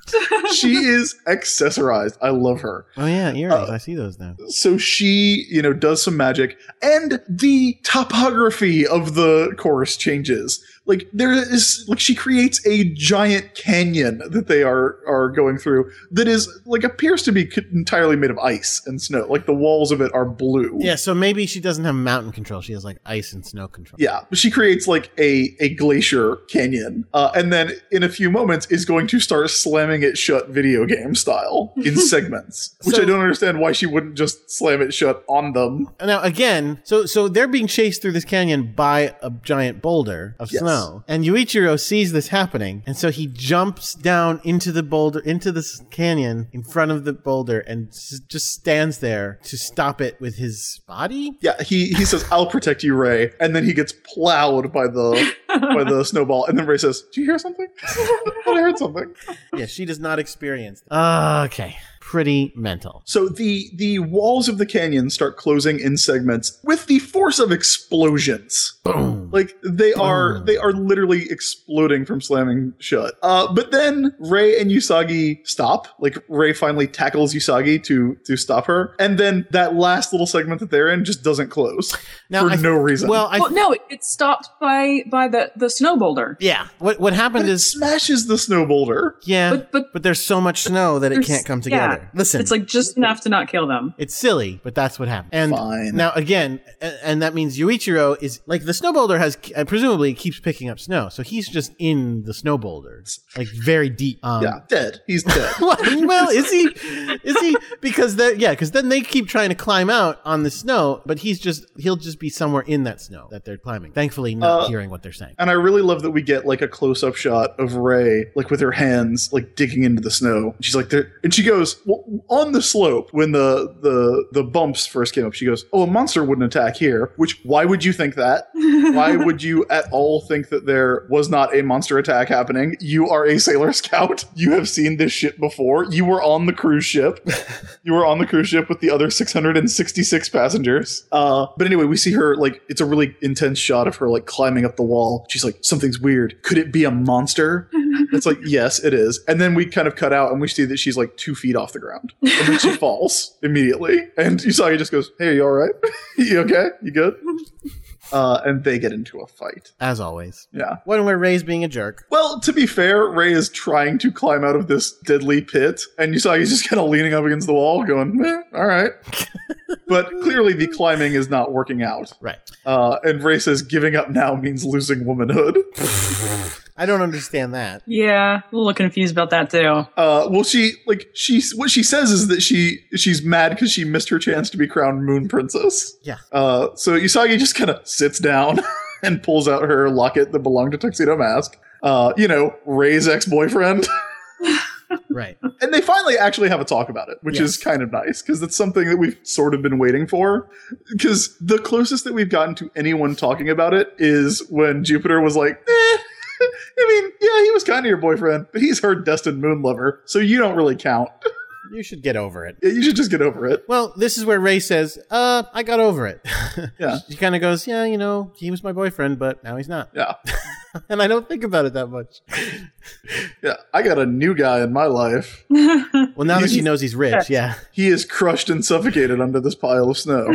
[SPEAKER 4] she is accessorized. I love her.
[SPEAKER 3] Oh yeah, earrings.
[SPEAKER 4] Uh,
[SPEAKER 3] I see those now.
[SPEAKER 4] So she, you know, does some magic, and the topography of the course changes. Like there is, like she creates a giant canyon that they are are going through that is like appears to be c- entirely made of ice and snow. Like the walls of it are blue.
[SPEAKER 3] Yeah. So maybe she doesn't have mountain control. She has like ice and snow control.
[SPEAKER 4] Yeah, she creates like a a glacier canyon, uh, and then in a few moments is going to start slamming it shut, video game style, in segments. Which
[SPEAKER 3] So-
[SPEAKER 4] I don't understand why she wouldn't just slam it shut on them.
[SPEAKER 3] Now again, so so they're being chased through this canyon by a giant boulder of
[SPEAKER 4] Yes.
[SPEAKER 3] snow, and Yuichiro sees this happening, and so he jumps down into the boulder, into this canyon in front of the boulder, and s- just stands there to stop it with his body.
[SPEAKER 4] Yeah, he he says, "I'll protect you, Ray," and then he gets plowed by the by the snowball, and then Ray says, "Do you hear something?" I heard something.
[SPEAKER 3] yeah, she does not experience. That. Ah, Okay, pretty mental.
[SPEAKER 4] So the the walls of the canyon start closing in segments with the force of explosions.
[SPEAKER 3] Boom.
[SPEAKER 4] Like they are they are literally exploding from slamming shut. Uh, but then Ray and Usagi stop. Like Ray finally tackles Usagi to to stop her, and then that last little segment that they're in just doesn't close
[SPEAKER 3] Now,
[SPEAKER 4] for
[SPEAKER 3] I-
[SPEAKER 4] no reason.
[SPEAKER 3] Well, I
[SPEAKER 5] Well, no, it, it's stopped by by the the snow boulder.
[SPEAKER 3] yeah. What what
[SPEAKER 4] but
[SPEAKER 3] happened
[SPEAKER 4] it
[SPEAKER 3] is
[SPEAKER 4] smashes the snow boulder.
[SPEAKER 3] yeah,
[SPEAKER 5] But but
[SPEAKER 3] but there's so much snow that it
[SPEAKER 5] There's-
[SPEAKER 3] can't come
[SPEAKER 5] yeah.
[SPEAKER 3] together. Listen,
[SPEAKER 5] it's like just enough to not kill them.
[SPEAKER 3] It's silly, but that's what happened. And
[SPEAKER 4] Fine.
[SPEAKER 3] now again, a- and that means Yuichiro is like the snow boulder has uh, presumably keeps picking up snow, so he's just in the snow boulder, like very deep. Um,
[SPEAKER 4] yeah, dead. He's dead.
[SPEAKER 3] well, is he? Is he? Because that yeah, because then they keep trying to climb out on the snow, but he's just he'll just be somewhere in that snow that they're climbing. Thankfully, not
[SPEAKER 4] Uh,
[SPEAKER 3] hearing what they're saying.
[SPEAKER 4] and I really love that we get like a close up shot of Ray, like with her hands, like digging into the snow. She's like, there, and she goes well, on the slope when the the the bumps first came up. She goes, "Oh, a monster wouldn't attack here." Which why would you think that? why would you at all think that there was not a monster attack happening? You are a sailor scout. You have seen this shit before. You were on the cruise ship. you were on the cruise ship with the other 666 passengers. Uh, but anyway, we see her like it's a really intense shot of her like climbing up the wall. She's like, something's weird. Could it be a monster? it's like, yes, it is. And then we kind of cut out and we see that she's like two feet off the ground. And then she falls immediately. And Usagi just goes, Hey, you all right? you okay? You good? uh, and they get into a fight.
[SPEAKER 3] as always.
[SPEAKER 4] Yeah.
[SPEAKER 3] When we're Ray's being a jerk.
[SPEAKER 4] Well, to be fair, Ray is trying to climb out of this deadly pit, and you saw he's just kind of leaning up against the wall, going, "Meh, "All right," but clearly the climbing is not working out.
[SPEAKER 3] Right.
[SPEAKER 4] Uh, and Ray says, "Giving up now means losing womanhood."
[SPEAKER 3] I don't understand that.
[SPEAKER 5] Yeah, a little confused about that too.
[SPEAKER 4] Uh, well, she like she what she says is that she she's mad because she missed her chance to be crowned Moon Princess.
[SPEAKER 3] Yeah.
[SPEAKER 4] Uh, so Usagi just kind of sits down and pulls out her locket that belonged to Tuxedo Mask. Uh, you know, Ray's ex boyfriend.
[SPEAKER 3] Right.
[SPEAKER 4] And they finally actually have a talk about it, which
[SPEAKER 3] Yes.
[SPEAKER 4] is kind of nice because it's something that we've sort of been waiting for. Because the closest that we've gotten to anyone talking about it is when Jupiter was like, eh, I mean, yeah, he was kind of your boyfriend, but he's her destined moon lover, so you don't really count.
[SPEAKER 3] You should get over it.
[SPEAKER 4] Yeah, you should just get over it.
[SPEAKER 3] Well, this is where Ray says, "Uh, I got over it."
[SPEAKER 4] Yeah.
[SPEAKER 3] She kind of goes, "Yeah, you know, he was my boyfriend, but now he's not."
[SPEAKER 4] Yeah.
[SPEAKER 3] And I don't think about it that much.
[SPEAKER 4] Yeah. I got a new guy in my life.
[SPEAKER 3] Well, now that she knows he's rich, yeah.
[SPEAKER 4] He is crushed and suffocated under this pile of snow.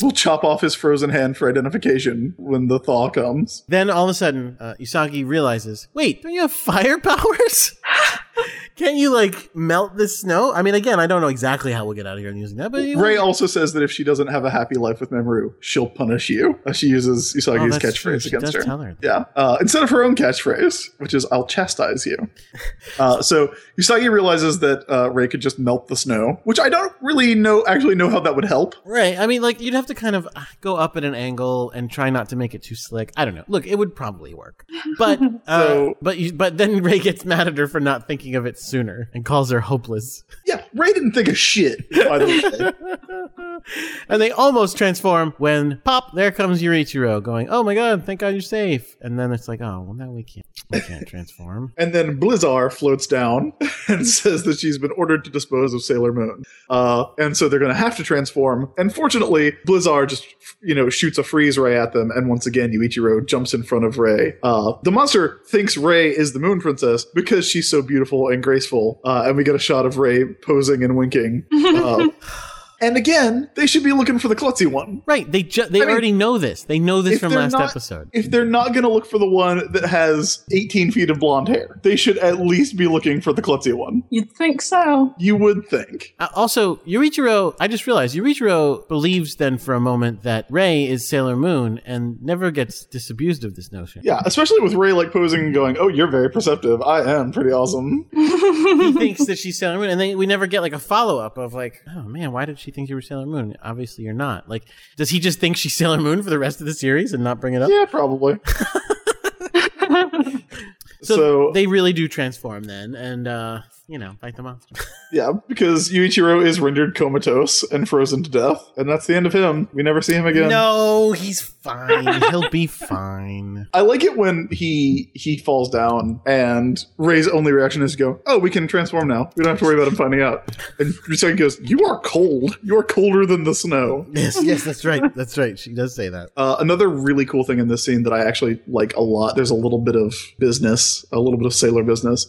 [SPEAKER 4] we'll chop off his frozen hand for identification when the thaw comes.
[SPEAKER 3] Then all of a sudden, uh, Usagi realizes, "Wait, don't you have fire powers?" Can't you like melt this snow? I mean, again, I don't know exactly how we'll get out of here using that, but you know,
[SPEAKER 4] Ray also says that if she doesn't have a happy life with Mamoru, she'll punish you. Uh, She uses
[SPEAKER 3] Oh,
[SPEAKER 4] Usagi's
[SPEAKER 3] that's true.
[SPEAKER 4] catchphrase
[SPEAKER 3] She
[SPEAKER 4] against
[SPEAKER 3] does
[SPEAKER 4] her.
[SPEAKER 3] tell her.
[SPEAKER 4] Yeah. Uh, instead of her own catchphrase, which is "I'll chastise you," uh, so Usagi realizes that uh, Ray could just melt the snow, which I don't really know actually know how that would help.
[SPEAKER 3] Right. I mean, like, you'd have to kind of uh, go up at an angle and try not to make it too slick. I don't know. Look, it would probably work. But, uh,
[SPEAKER 4] So-
[SPEAKER 3] but, you, but then Ray gets mad at her for not thinking of it sooner and calls her hopeless.
[SPEAKER 4] Yeah, Ray didn't think of shit. By the way,
[SPEAKER 3] and they almost transform when pop, there comes Yurichiro going, oh my God, thank God you're safe. And then it's like, oh, well, now we can't, we can't transform.
[SPEAKER 4] and then Blizzar floats down and says that she's been ordered to dispose of Sailor Moon, uh, and so they're going to have to transform. And fortunately, Blizzar just you know shoots a freeze ray at them, and once again, Yuichiro jumps in front of Ray. Uh, the monster thinks Ray is the Moon Princess because she's so beautiful and graceful, uh, and we get a shot of Ray posing and winking. Uh, and again, they should be looking for the klutzy one.
[SPEAKER 3] Right. They ju- they
[SPEAKER 4] I mean,
[SPEAKER 3] already know this. They know this
[SPEAKER 4] if
[SPEAKER 3] from
[SPEAKER 4] they're
[SPEAKER 3] last
[SPEAKER 4] not-
[SPEAKER 3] episode.
[SPEAKER 4] If they're not going to look for the one that has 18 feet of blonde hair, they should at least be looking for the klutzy one.
[SPEAKER 5] You'd think so.
[SPEAKER 4] You would think.
[SPEAKER 3] Uh, also, Yurichiro, I just realized Yurichiro believes then for a moment that Rei is Sailor Moon and never gets disabused of this notion.
[SPEAKER 4] Yeah, especially with Ray like posing and going, "Oh, you're very perceptive. I am pretty awesome."
[SPEAKER 3] He thinks that she's Sailor Moon, and then we never get like a follow up of like, oh man, why did she think you were Sailor Moon? Obviously, you're not. Like, does he just think she's Sailor Moon for the rest of the series and not bring it up?
[SPEAKER 4] Yeah, probably.
[SPEAKER 3] so,
[SPEAKER 4] so-
[SPEAKER 3] they really do transform then, and uh, you know, fight the monster.
[SPEAKER 4] Yeah, because Yuichiro is rendered comatose and frozen to death, and that's the end of him. We never see him again.
[SPEAKER 3] No, he's fine. He'll be fine.
[SPEAKER 4] I like it when he he falls down and Ray's only reaction is to go, "Oh, we can transform now. We don't have to worry about him finding out." And Usagi goes, "You are cold. You are colder than the snow."
[SPEAKER 3] Yes, yes, that's right. That's right. She does say that.
[SPEAKER 4] Uh, another really cool thing in this scene that I actually like a lot. There's a little bit of business, a little bit of sailor business.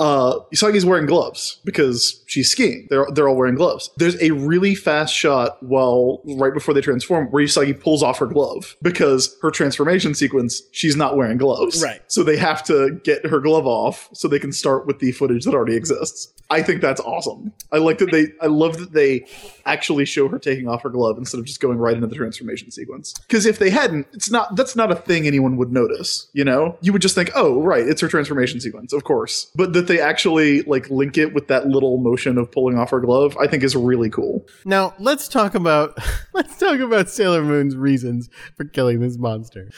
[SPEAKER 4] Uh, Usagi's wearing gloves because she's skiing. They're they're all wearing gloves. There's a really fast shot while right before they transform where Usagi pulls off her glove because her transformation sequence she's not wearing gloves.
[SPEAKER 3] Right.
[SPEAKER 4] So they have to get her glove off so they can start with the footage that already exists. I think that's awesome. I like that they I love that they actually show her taking off her glove instead of just going right into the transformation sequence. Because if they hadn't, it's not that's not a thing anyone would notice, you know? You would just think, oh right, it's her transformation sequence, of course. But that they actually like link it with that little motion of pulling off her glove, I think is really cool.
[SPEAKER 3] Now let's talk about let's talk about Sailor Moon's reasons for killing this monster.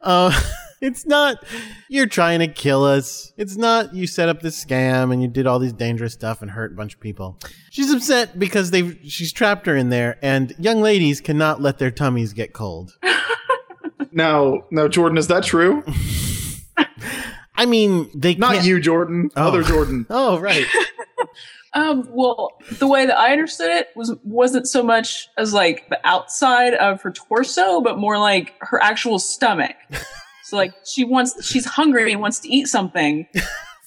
[SPEAKER 3] Uh, it's not you're trying to kill us. It's not you set up this scam and you did all these dangerous stuff and hurt a bunch of people. She's upset because they have she's trapped her in there, and young ladies cannot let their tummies get cold.
[SPEAKER 4] Now now Jordan, is that true?
[SPEAKER 3] I mean, they
[SPEAKER 4] Not
[SPEAKER 3] can't-
[SPEAKER 4] you, Jordan.
[SPEAKER 3] Oh.
[SPEAKER 4] Other Jordan.
[SPEAKER 3] Oh right,
[SPEAKER 5] Um, well, the way that I understood it was wasn't so much as like the outside of her torso, but more like her actual stomach. so like she wants, she's hungry and wants to eat something.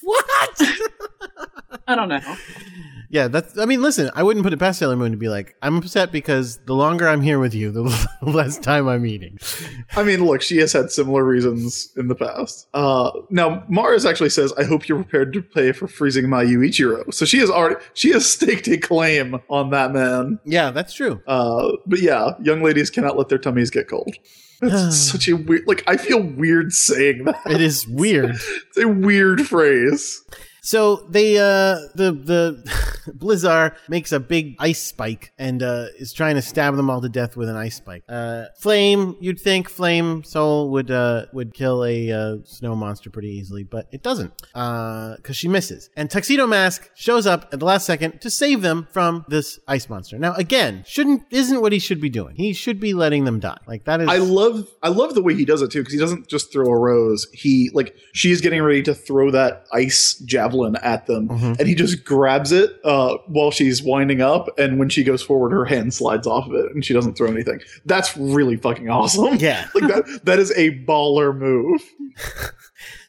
[SPEAKER 3] what?
[SPEAKER 5] I don't know.
[SPEAKER 3] Yeah, that's. I mean, listen, I wouldn't put it past Sailor Moon to be like, I'm upset because the longer I'm here with you, the less time I'm eating.
[SPEAKER 4] I mean, look, she has had similar reasons in the past. Uh, now, Mars actually says, "I hope you're prepared to pay for freezing my Yuichiro." So she has already she has staked a claim on that man.
[SPEAKER 3] Yeah, that's true.
[SPEAKER 4] Uh, but yeah, young ladies cannot let their tummies get cold. That's such a weird. Like, I feel weird saying that.
[SPEAKER 3] It is weird.
[SPEAKER 4] It's a weird phrase.
[SPEAKER 3] So they uh the the Blizzard makes a big ice spike and uh is trying to stab them all to death with an ice spike. Uh Flame, you'd think Flame Soul would uh would kill a uh, snow monster pretty easily, but it doesn't. Uh cuz she misses. And Tuxedo Mask shows up at the last second to save them from this ice monster. Now again, shouldn't isn't what he should be doing. He should be letting them die. Like that is
[SPEAKER 4] I love I love the way he does it too because he doesn't just throw a rose. He like she's getting ready to throw that ice javelin at them,
[SPEAKER 3] Mhm.
[SPEAKER 4] and he just grabs it uh, while she's winding up. And when she goes forward, her hand slides off of it, and she doesn't throw anything. That's really fucking awesome.
[SPEAKER 3] yeah.
[SPEAKER 4] like that that is a baller move.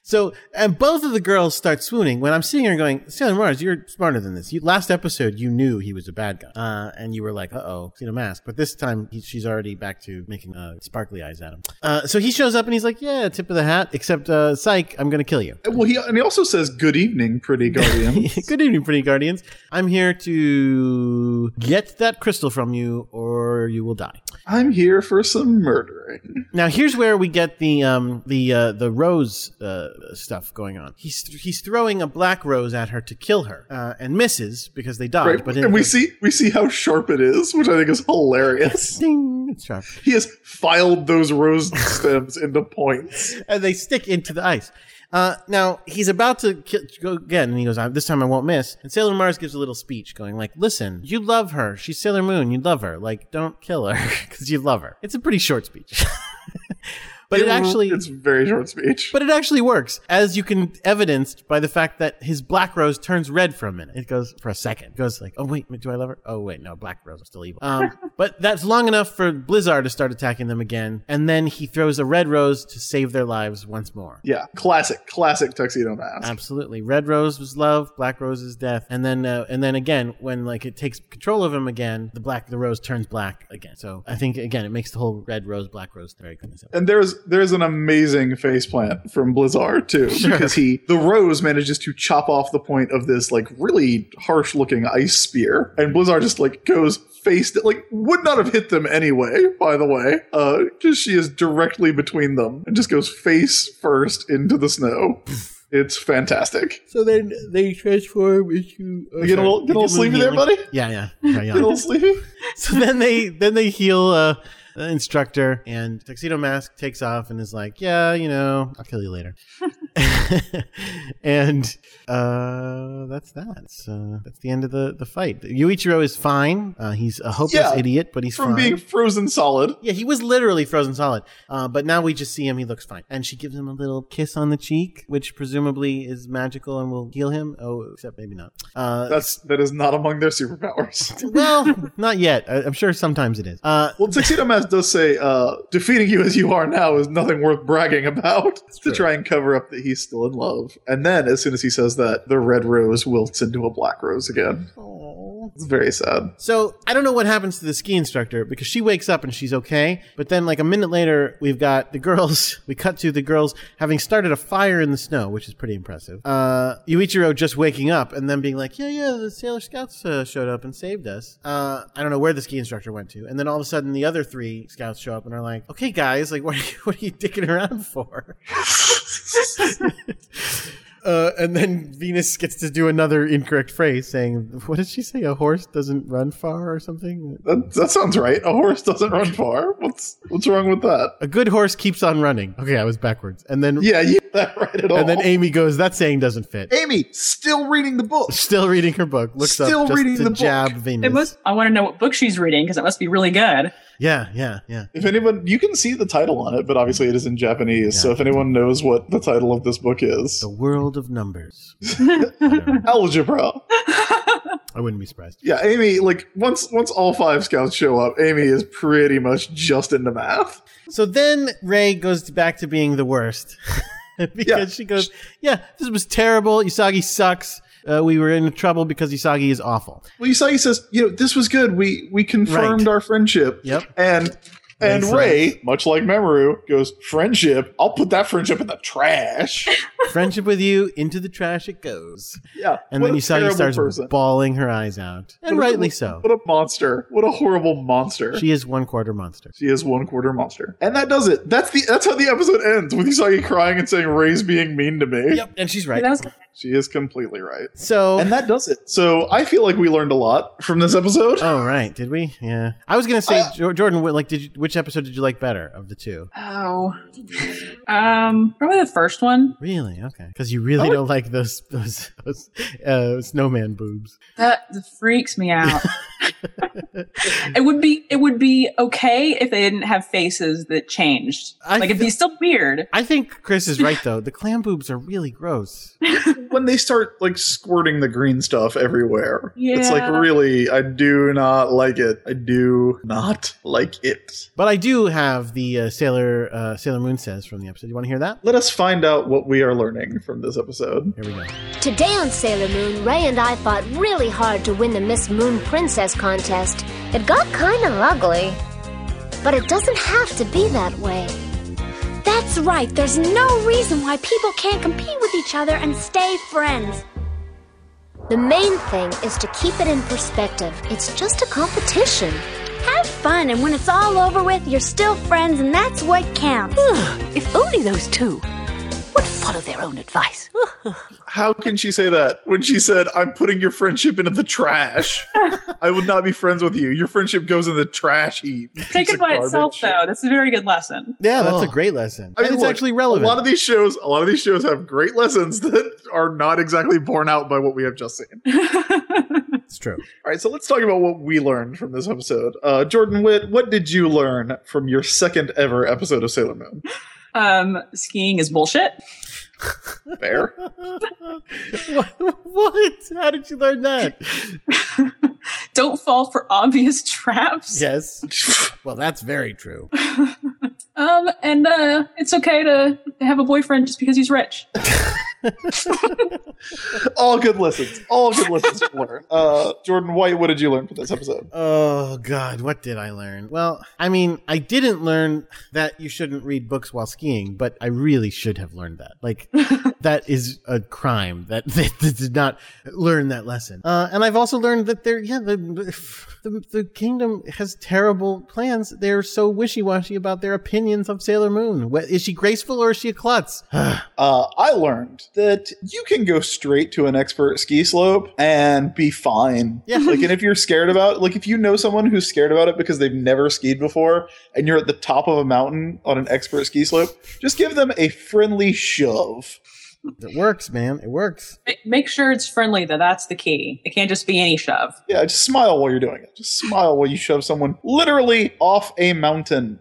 [SPEAKER 3] So, and both of the girls start swooning when I'm sitting here going, Sailor Mars, you're smarter than this. You, last episode, you knew he was a bad guy. Uh, and you were like, uh oh, seen a mask. But this time, he, she's already back to making uh, sparkly eyes at him. Uh, so he shows up and he's like, yeah, tip of the hat, except, uh, psych, I'm going to kill you.
[SPEAKER 4] Well, he and he also says good evening, pretty guardian.
[SPEAKER 3] Good evening, pretty guardians. I'm here to get that crystal from you or you will die.
[SPEAKER 4] I'm here for some murdering.
[SPEAKER 3] Now here's where we get the um the uh, the rose uh, stuff going on. He's he's throwing a black rose at her to kill her uh, and misses because they died.
[SPEAKER 4] Right,
[SPEAKER 3] Oh, But
[SPEAKER 4] and we see we see how sharp it is, which I think is hilarious.
[SPEAKER 3] ding, it's sharp.
[SPEAKER 4] he has filed those rose stems into points.
[SPEAKER 3] and they stick into the ice. Uh, now he's about to ki- go again, and he goes, "I- "This time I won't miss." And Sailor Mars gives a little speech, going like, "Listen, you love her. She's Sailor Moon. You love her. Like, don't kill her because you love her." It's a pretty short speech, but it, actually
[SPEAKER 4] it's very short speech.
[SPEAKER 3] But it actually works, as you can evidenced by the fact that his black rose turns red for a minute. It goes for a second. It goes like, oh wait, do I love her? Oh wait, no, black rose is still evil. Um, but that's long enough for Blizzard to start attacking them again, and then he throws a red rose to save their lives once more.
[SPEAKER 4] yeah, classic, classic tuxedo mask.
[SPEAKER 3] Absolutely. Red Rose was love, Black Rose is death. And then uh, and then again when like it takes control of him again, the black the rose turns black again. So I think again it makes the whole red rose black rose very good.
[SPEAKER 4] and there's there's an amazing faceplant from Blizzard too, because he the rose manages to chop off the point of this like really harsh looking ice spear, and Blizzard just like goes face like would not have hit them anyway. By the way, uh, just she is directly between them and just goes face first into the snow. it's fantastic.
[SPEAKER 3] So then they transform into
[SPEAKER 4] You get a little, get a little sleepy there, buddy. Get
[SPEAKER 3] Yeah, yeah. yeah,
[SPEAKER 4] a
[SPEAKER 3] yeah.
[SPEAKER 4] little sleepy.
[SPEAKER 3] so then they then they heal uh, the instructor, and Tuxedo Mask takes off and is like, "Yeah, you know, I'll kill you later." and uh, that's that. It's, uh, that's the end of the the fight. Yuichiro is fine. Uh, he's a hopeless
[SPEAKER 4] Yeah,
[SPEAKER 3] idiot, but he's
[SPEAKER 4] From
[SPEAKER 3] fine.
[SPEAKER 4] being frozen solid.
[SPEAKER 3] yeah, he was literally frozen solid. Uh, but now we just see him. He looks fine. And she gives him a little kiss on the cheek, which presumably is magical and will heal him. Oh, except maybe not. Uh,
[SPEAKER 4] That's that is not among their superpowers.
[SPEAKER 3] well, not yet. I, I'm sure sometimes it is. Uh,
[SPEAKER 4] Well, Tuxedo Mask does say, uh, defeating you as you are now is nothing worth bragging about to try and cover up that he's still in love. And then, as soon as he says that, the red rose wilts into a black rose again. It's very sad.
[SPEAKER 3] So I don't know what happens to the ski instructor because she wakes up and she's okay. But then, like a minute later, we've got the girls. We cut to the girls having started a fire in the snow, which is pretty impressive. Uh, Yuichiro just waking up and then being like, "Yeah, yeah, the Sailor Scouts uh, showed up and saved us." Uh, I don't know where the ski instructor went to. And then all of a sudden, the other three scouts show up and are like, "Okay, guys, like, what are you, what are you dicking around for?" Uh, and then Venus gets to do another incorrect phrase, saying, "What did she say? A horse doesn't run far, or something."
[SPEAKER 4] That, that sounds right. A horse doesn't run far. What's what's wrong with that?
[SPEAKER 3] A good horse keeps on running. Okay, I was backwards. And then
[SPEAKER 4] Yeah, you got that right at all.
[SPEAKER 3] and then Amy goes, that saying doesn't fit.
[SPEAKER 4] Amy still reading the book.
[SPEAKER 3] Still reading her book. Looks
[SPEAKER 4] Still
[SPEAKER 3] up just
[SPEAKER 4] reading
[SPEAKER 3] to
[SPEAKER 4] the book.
[SPEAKER 3] jab Venus.
[SPEAKER 5] It must. I want to know what book she's reading because it must be really good.
[SPEAKER 3] yeah, yeah, yeah.
[SPEAKER 4] If anyone, you can see the title on it, but obviously it is in Japanese. So if anyone knows what the title of this book is,
[SPEAKER 3] The world of numbers.
[SPEAKER 4] algebra.
[SPEAKER 3] I wouldn't be surprised.
[SPEAKER 4] Yeah, Amy. Like once once all five scouts show up, Amy is pretty much just into math.
[SPEAKER 3] So then Ray goes back to being the worst because she goes, "Yeah, this was terrible. Usagi sucks. uh, we were in trouble because Usagi is awful.
[SPEAKER 4] Well, Usagi says, you know, this was good. We we confirmed
[SPEAKER 3] Right.
[SPEAKER 4] our friendship.
[SPEAKER 3] Yep.
[SPEAKER 4] And and
[SPEAKER 3] Makes
[SPEAKER 4] Ray, much like Memoru, goes, friendship. I'll put that friendship in the trash.
[SPEAKER 3] Friendship with you, into the trash it goes.
[SPEAKER 4] yeah.
[SPEAKER 3] And
[SPEAKER 4] What
[SPEAKER 3] then
[SPEAKER 4] a
[SPEAKER 3] Usagi
[SPEAKER 4] terrible
[SPEAKER 3] starts
[SPEAKER 4] person.
[SPEAKER 3] bawling her eyes out, and
[SPEAKER 4] What a-
[SPEAKER 3] rightly so.
[SPEAKER 4] What a monster. What a horrible monster. She-
[SPEAKER 3] She is one quarter monster.
[SPEAKER 4] is one quarter monster, and that does it. That's the that's how the episode ends with Usagi crying and saying Ray's being mean to me.
[SPEAKER 3] Yep, and she's right.
[SPEAKER 5] That was
[SPEAKER 4] She is completely right,
[SPEAKER 3] So
[SPEAKER 4] and that does it. So I feel like we learned a lot from this episode.
[SPEAKER 3] Oh right, did we? Yeah. I was gonna say, Jo- Jordan, what, like, did you, which episode did you like better of the two?
[SPEAKER 5] oh, um, probably the first one.
[SPEAKER 3] Really? Okay, because you really don't like those those, those uh, snowman boobs.
[SPEAKER 5] That freaks me out. it would be it would be okay if they didn't have faces that changed.
[SPEAKER 3] I
[SPEAKER 5] like if he's still beard.
[SPEAKER 3] I think Chris is right though. The clam boobs are really gross.
[SPEAKER 4] when they start like squirting the green stuff everywhere. It's like
[SPEAKER 5] Yeah.
[SPEAKER 4] really I do not like it. I do not like it.
[SPEAKER 3] But I do have the uh, Sailor uh, Sailor Moon says from the episode. You want to hear that?
[SPEAKER 4] Let us find out what we are learning from this episode.
[SPEAKER 3] Here we go.
[SPEAKER 1] Today on Sailor Moon, Ray and I fought really hard to win the Miss Moon Princess contest. It got kinda ugly. But it doesn't have to be that way. That's right, there's no reason why people can't compete with each other and stay friends. The main thing is to keep it in perspective. It's just a competition. Have fun, and when it's all over with, you're still friends, and that's what counts.
[SPEAKER 6] If only those two would follow their own advice.
[SPEAKER 4] How can she say that when she said I'm putting your friendship into the trash? I would not be friends with you. Your friendship goes in the trash heap. you
[SPEAKER 5] Take
[SPEAKER 4] piece
[SPEAKER 5] it
[SPEAKER 4] of
[SPEAKER 5] by itself
[SPEAKER 4] garbage."
[SPEAKER 5] though. That's a very good lesson.
[SPEAKER 3] Yeah, that's
[SPEAKER 2] Oh.
[SPEAKER 3] a great lesson.
[SPEAKER 4] I mean,
[SPEAKER 3] and it's
[SPEAKER 4] look,
[SPEAKER 3] actually
[SPEAKER 4] A
[SPEAKER 3] relevant.
[SPEAKER 4] lot of these shows, a lot of these shows have great lessons that are not exactly borne out by what we have just seen.
[SPEAKER 3] it's true.
[SPEAKER 4] All right, so let's talk about what we learned from this episode. Uh, Jordan Witt, what did you learn from your second ever episode of Sailor Moon?
[SPEAKER 5] um, skiing is bullshit.
[SPEAKER 4] Fair.
[SPEAKER 3] what? what? How did you learn that?
[SPEAKER 5] Don't fall for obvious traps.
[SPEAKER 3] yes. Well, that's very true.
[SPEAKER 5] Um, and uh, it's okay to have a boyfriend just because he's rich.
[SPEAKER 4] All good lessons. All good lessons to learn. Uh, Jordan White, what did you learn from this episode?
[SPEAKER 3] Oh God, what did I learn? Well, I mean, I didn't learn that you shouldn't read books while skiing, but I really should have learned that. Like, that is a crime that they, did not learn that lesson. Uh, and I've also learned that there, yeah, the, the the kingdom has terrible plans. They're so wishy washy about their opinions of Sailor Moon. What, is she graceful or is she a klutz?
[SPEAKER 4] Uh, I learned that you can go straight to an expert ski slope and be fine.
[SPEAKER 3] Yeah.
[SPEAKER 4] Like, and if you're scared about, like, if you know someone who's scared about it because they've never skied before, and you're at the top of a mountain on an expert ski slope, just give them a friendly shove.
[SPEAKER 3] it works, man. It works.
[SPEAKER 5] Ma- Make sure it's friendly though. That's the key. It can't just be any shove.
[SPEAKER 4] Yeah, just smile while you're doing it. Just smile while you shove someone literally off a mountain.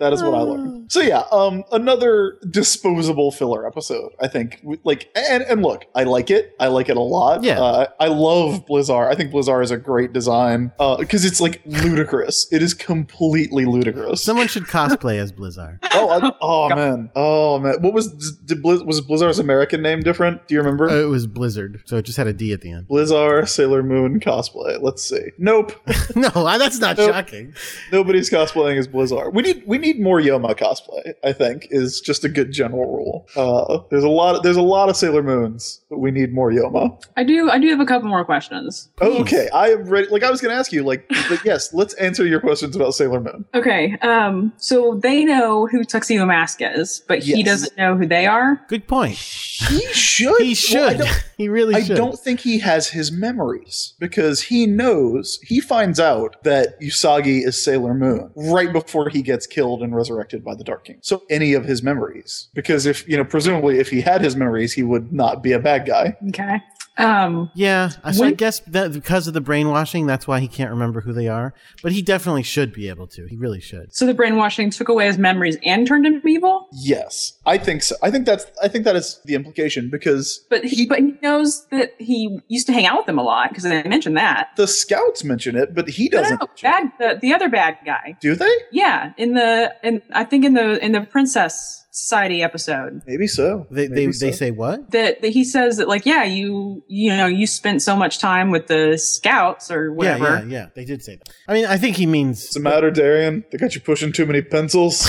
[SPEAKER 4] That is what I learned. So yeah, um, another disposable filler episode. I think We- like and and look, I like it. I like it a lot.
[SPEAKER 3] Yeah.
[SPEAKER 4] uh, I love Blizzard. I think Blizzard is a great design because it's like ludicrous. It is completely ludicrous.
[SPEAKER 3] Someone should cosplay as Blizzard.
[SPEAKER 4] oh, I- oh man, oh man. What was did Blizz, was Blizzard's American name different? Do you remember?
[SPEAKER 3] Uh, it was Blizzard, so it just had a D at the end.
[SPEAKER 4] Blizzard Sailor Moon cosplay. Let's see. Nope.
[SPEAKER 3] no, I- that's not
[SPEAKER 4] Nope.
[SPEAKER 3] shocking.
[SPEAKER 4] Nobody's cosplaying as Blizzard. We need we need more Yoma cosplay. I think is just a good general rule. Uh, there's a lot there's a lot of Sailor Moons, but we need more Yoma.
[SPEAKER 5] I do. I do have a couple more questions.
[SPEAKER 4] Oh, okay, I am ready. Like I was going to ask you, like, but yes, let's answer your questions about Sailor Moon.
[SPEAKER 5] Okay. Um. So they know who Tuxedo Mask is, but he
[SPEAKER 4] Yes.
[SPEAKER 5] doesn't know who they are.
[SPEAKER 3] Good point.
[SPEAKER 4] He should.
[SPEAKER 3] He
[SPEAKER 4] Well, I
[SPEAKER 3] should.
[SPEAKER 4] don't-
[SPEAKER 3] he really
[SPEAKER 4] I
[SPEAKER 3] should.
[SPEAKER 4] don't think he has his memories because he knows he finds out that Usagi is Sailor Moon right before he gets killed and resurrected by the Dark King. So any of his memories, because if you know, presumably if he had his memories, he would not be a bad guy.
[SPEAKER 5] Okay. Um.
[SPEAKER 3] Yeah, I- so I
[SPEAKER 5] When-
[SPEAKER 3] guess that because of the brainwashing, that's why he can't remember who they are. But he definitely should be able to. He really should.
[SPEAKER 5] So the brainwashing took away his memories and turned him evil.
[SPEAKER 4] Yes, I think so. I think that's I think that is the implication because
[SPEAKER 5] But he, but he knows that he used to hang out with them a lot because they mentioned that.
[SPEAKER 4] the scouts mention it, but he
[SPEAKER 5] No,
[SPEAKER 4] doesn't.
[SPEAKER 5] no, bad the, the other bad guy.
[SPEAKER 4] Do they?
[SPEAKER 5] Yeah, in the in I think in the in the princess Society episode.
[SPEAKER 4] Maybe so.
[SPEAKER 3] They
[SPEAKER 4] Maybe
[SPEAKER 3] they,
[SPEAKER 4] so.
[SPEAKER 3] they say what?
[SPEAKER 5] That, that he says that like yeah you you know you spent so much time with the scouts or whatever
[SPEAKER 3] Yeah, yeah, yeah. They did say that. I mean, I think he means.
[SPEAKER 4] What's the matter, Darian? They got you pushing too many pencils.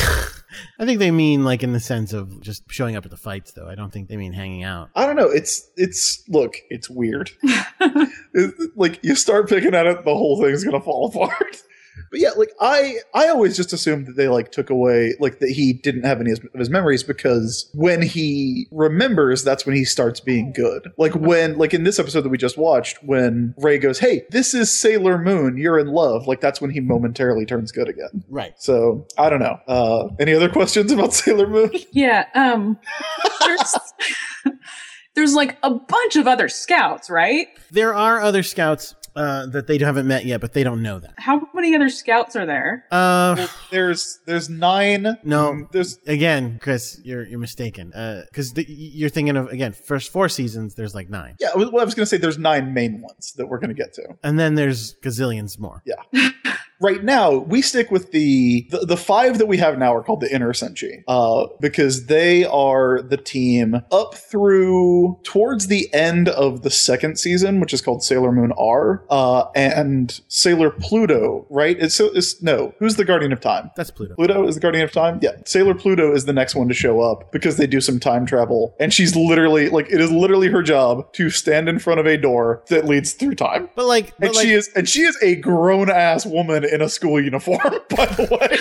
[SPEAKER 3] I think they mean like in the sense of just showing up at the fights, though. I don't think they mean hanging out.
[SPEAKER 4] I don't know. It's it's look. It's weird. It- like you start picking at it, the whole thing's gonna fall apart. But yeah, like I I always just assumed that they like took away like that he didn't have any of his- of his memories because when he remembers, that's when he starts being good. Like when like in this episode that we just watched, when Ray goes, "Hey, this is Sailor Moon. You're in love." Like that's when he momentarily turns good again.
[SPEAKER 3] Right.
[SPEAKER 4] So I don't know. Uh, any other questions about Sailor Moon?
[SPEAKER 5] Yeah, um there's there's like a bunch of other scouts, right?
[SPEAKER 3] There are other scouts uh, that they haven't met yet, but they don't know that.
[SPEAKER 5] How many other scouts are there?
[SPEAKER 3] Uh,
[SPEAKER 4] Well, there's there's nine. um,
[SPEAKER 3] No.
[SPEAKER 4] there's
[SPEAKER 3] again, Chris, you're you're mistaken. Because the you're thinking of again first four seasons. There's like nine,
[SPEAKER 4] yeah. Well, I was gonna say there's nine main ones that we're gonna get to.
[SPEAKER 3] and then there's gazillions more.
[SPEAKER 4] Right now, we stick with the the, the five that we have now are called the Inner Senshi, uh, because they are the team up through towards the end of the second season, which is called Sailor Moon R, uh, and Sailor Pluto. Right? It's, it's no. Who's the Guardian of Time?
[SPEAKER 3] That's Pluto.
[SPEAKER 4] Pluto is the guardian of time. Yeah, Sailor Pluto is the next one to show up because they do some time travel, and she's literally like it is literally her job to stand in front of a door that leads through time.
[SPEAKER 3] But like, but
[SPEAKER 4] And
[SPEAKER 3] like
[SPEAKER 4] she is and she is a grown ass woman in a school uniform. By the way,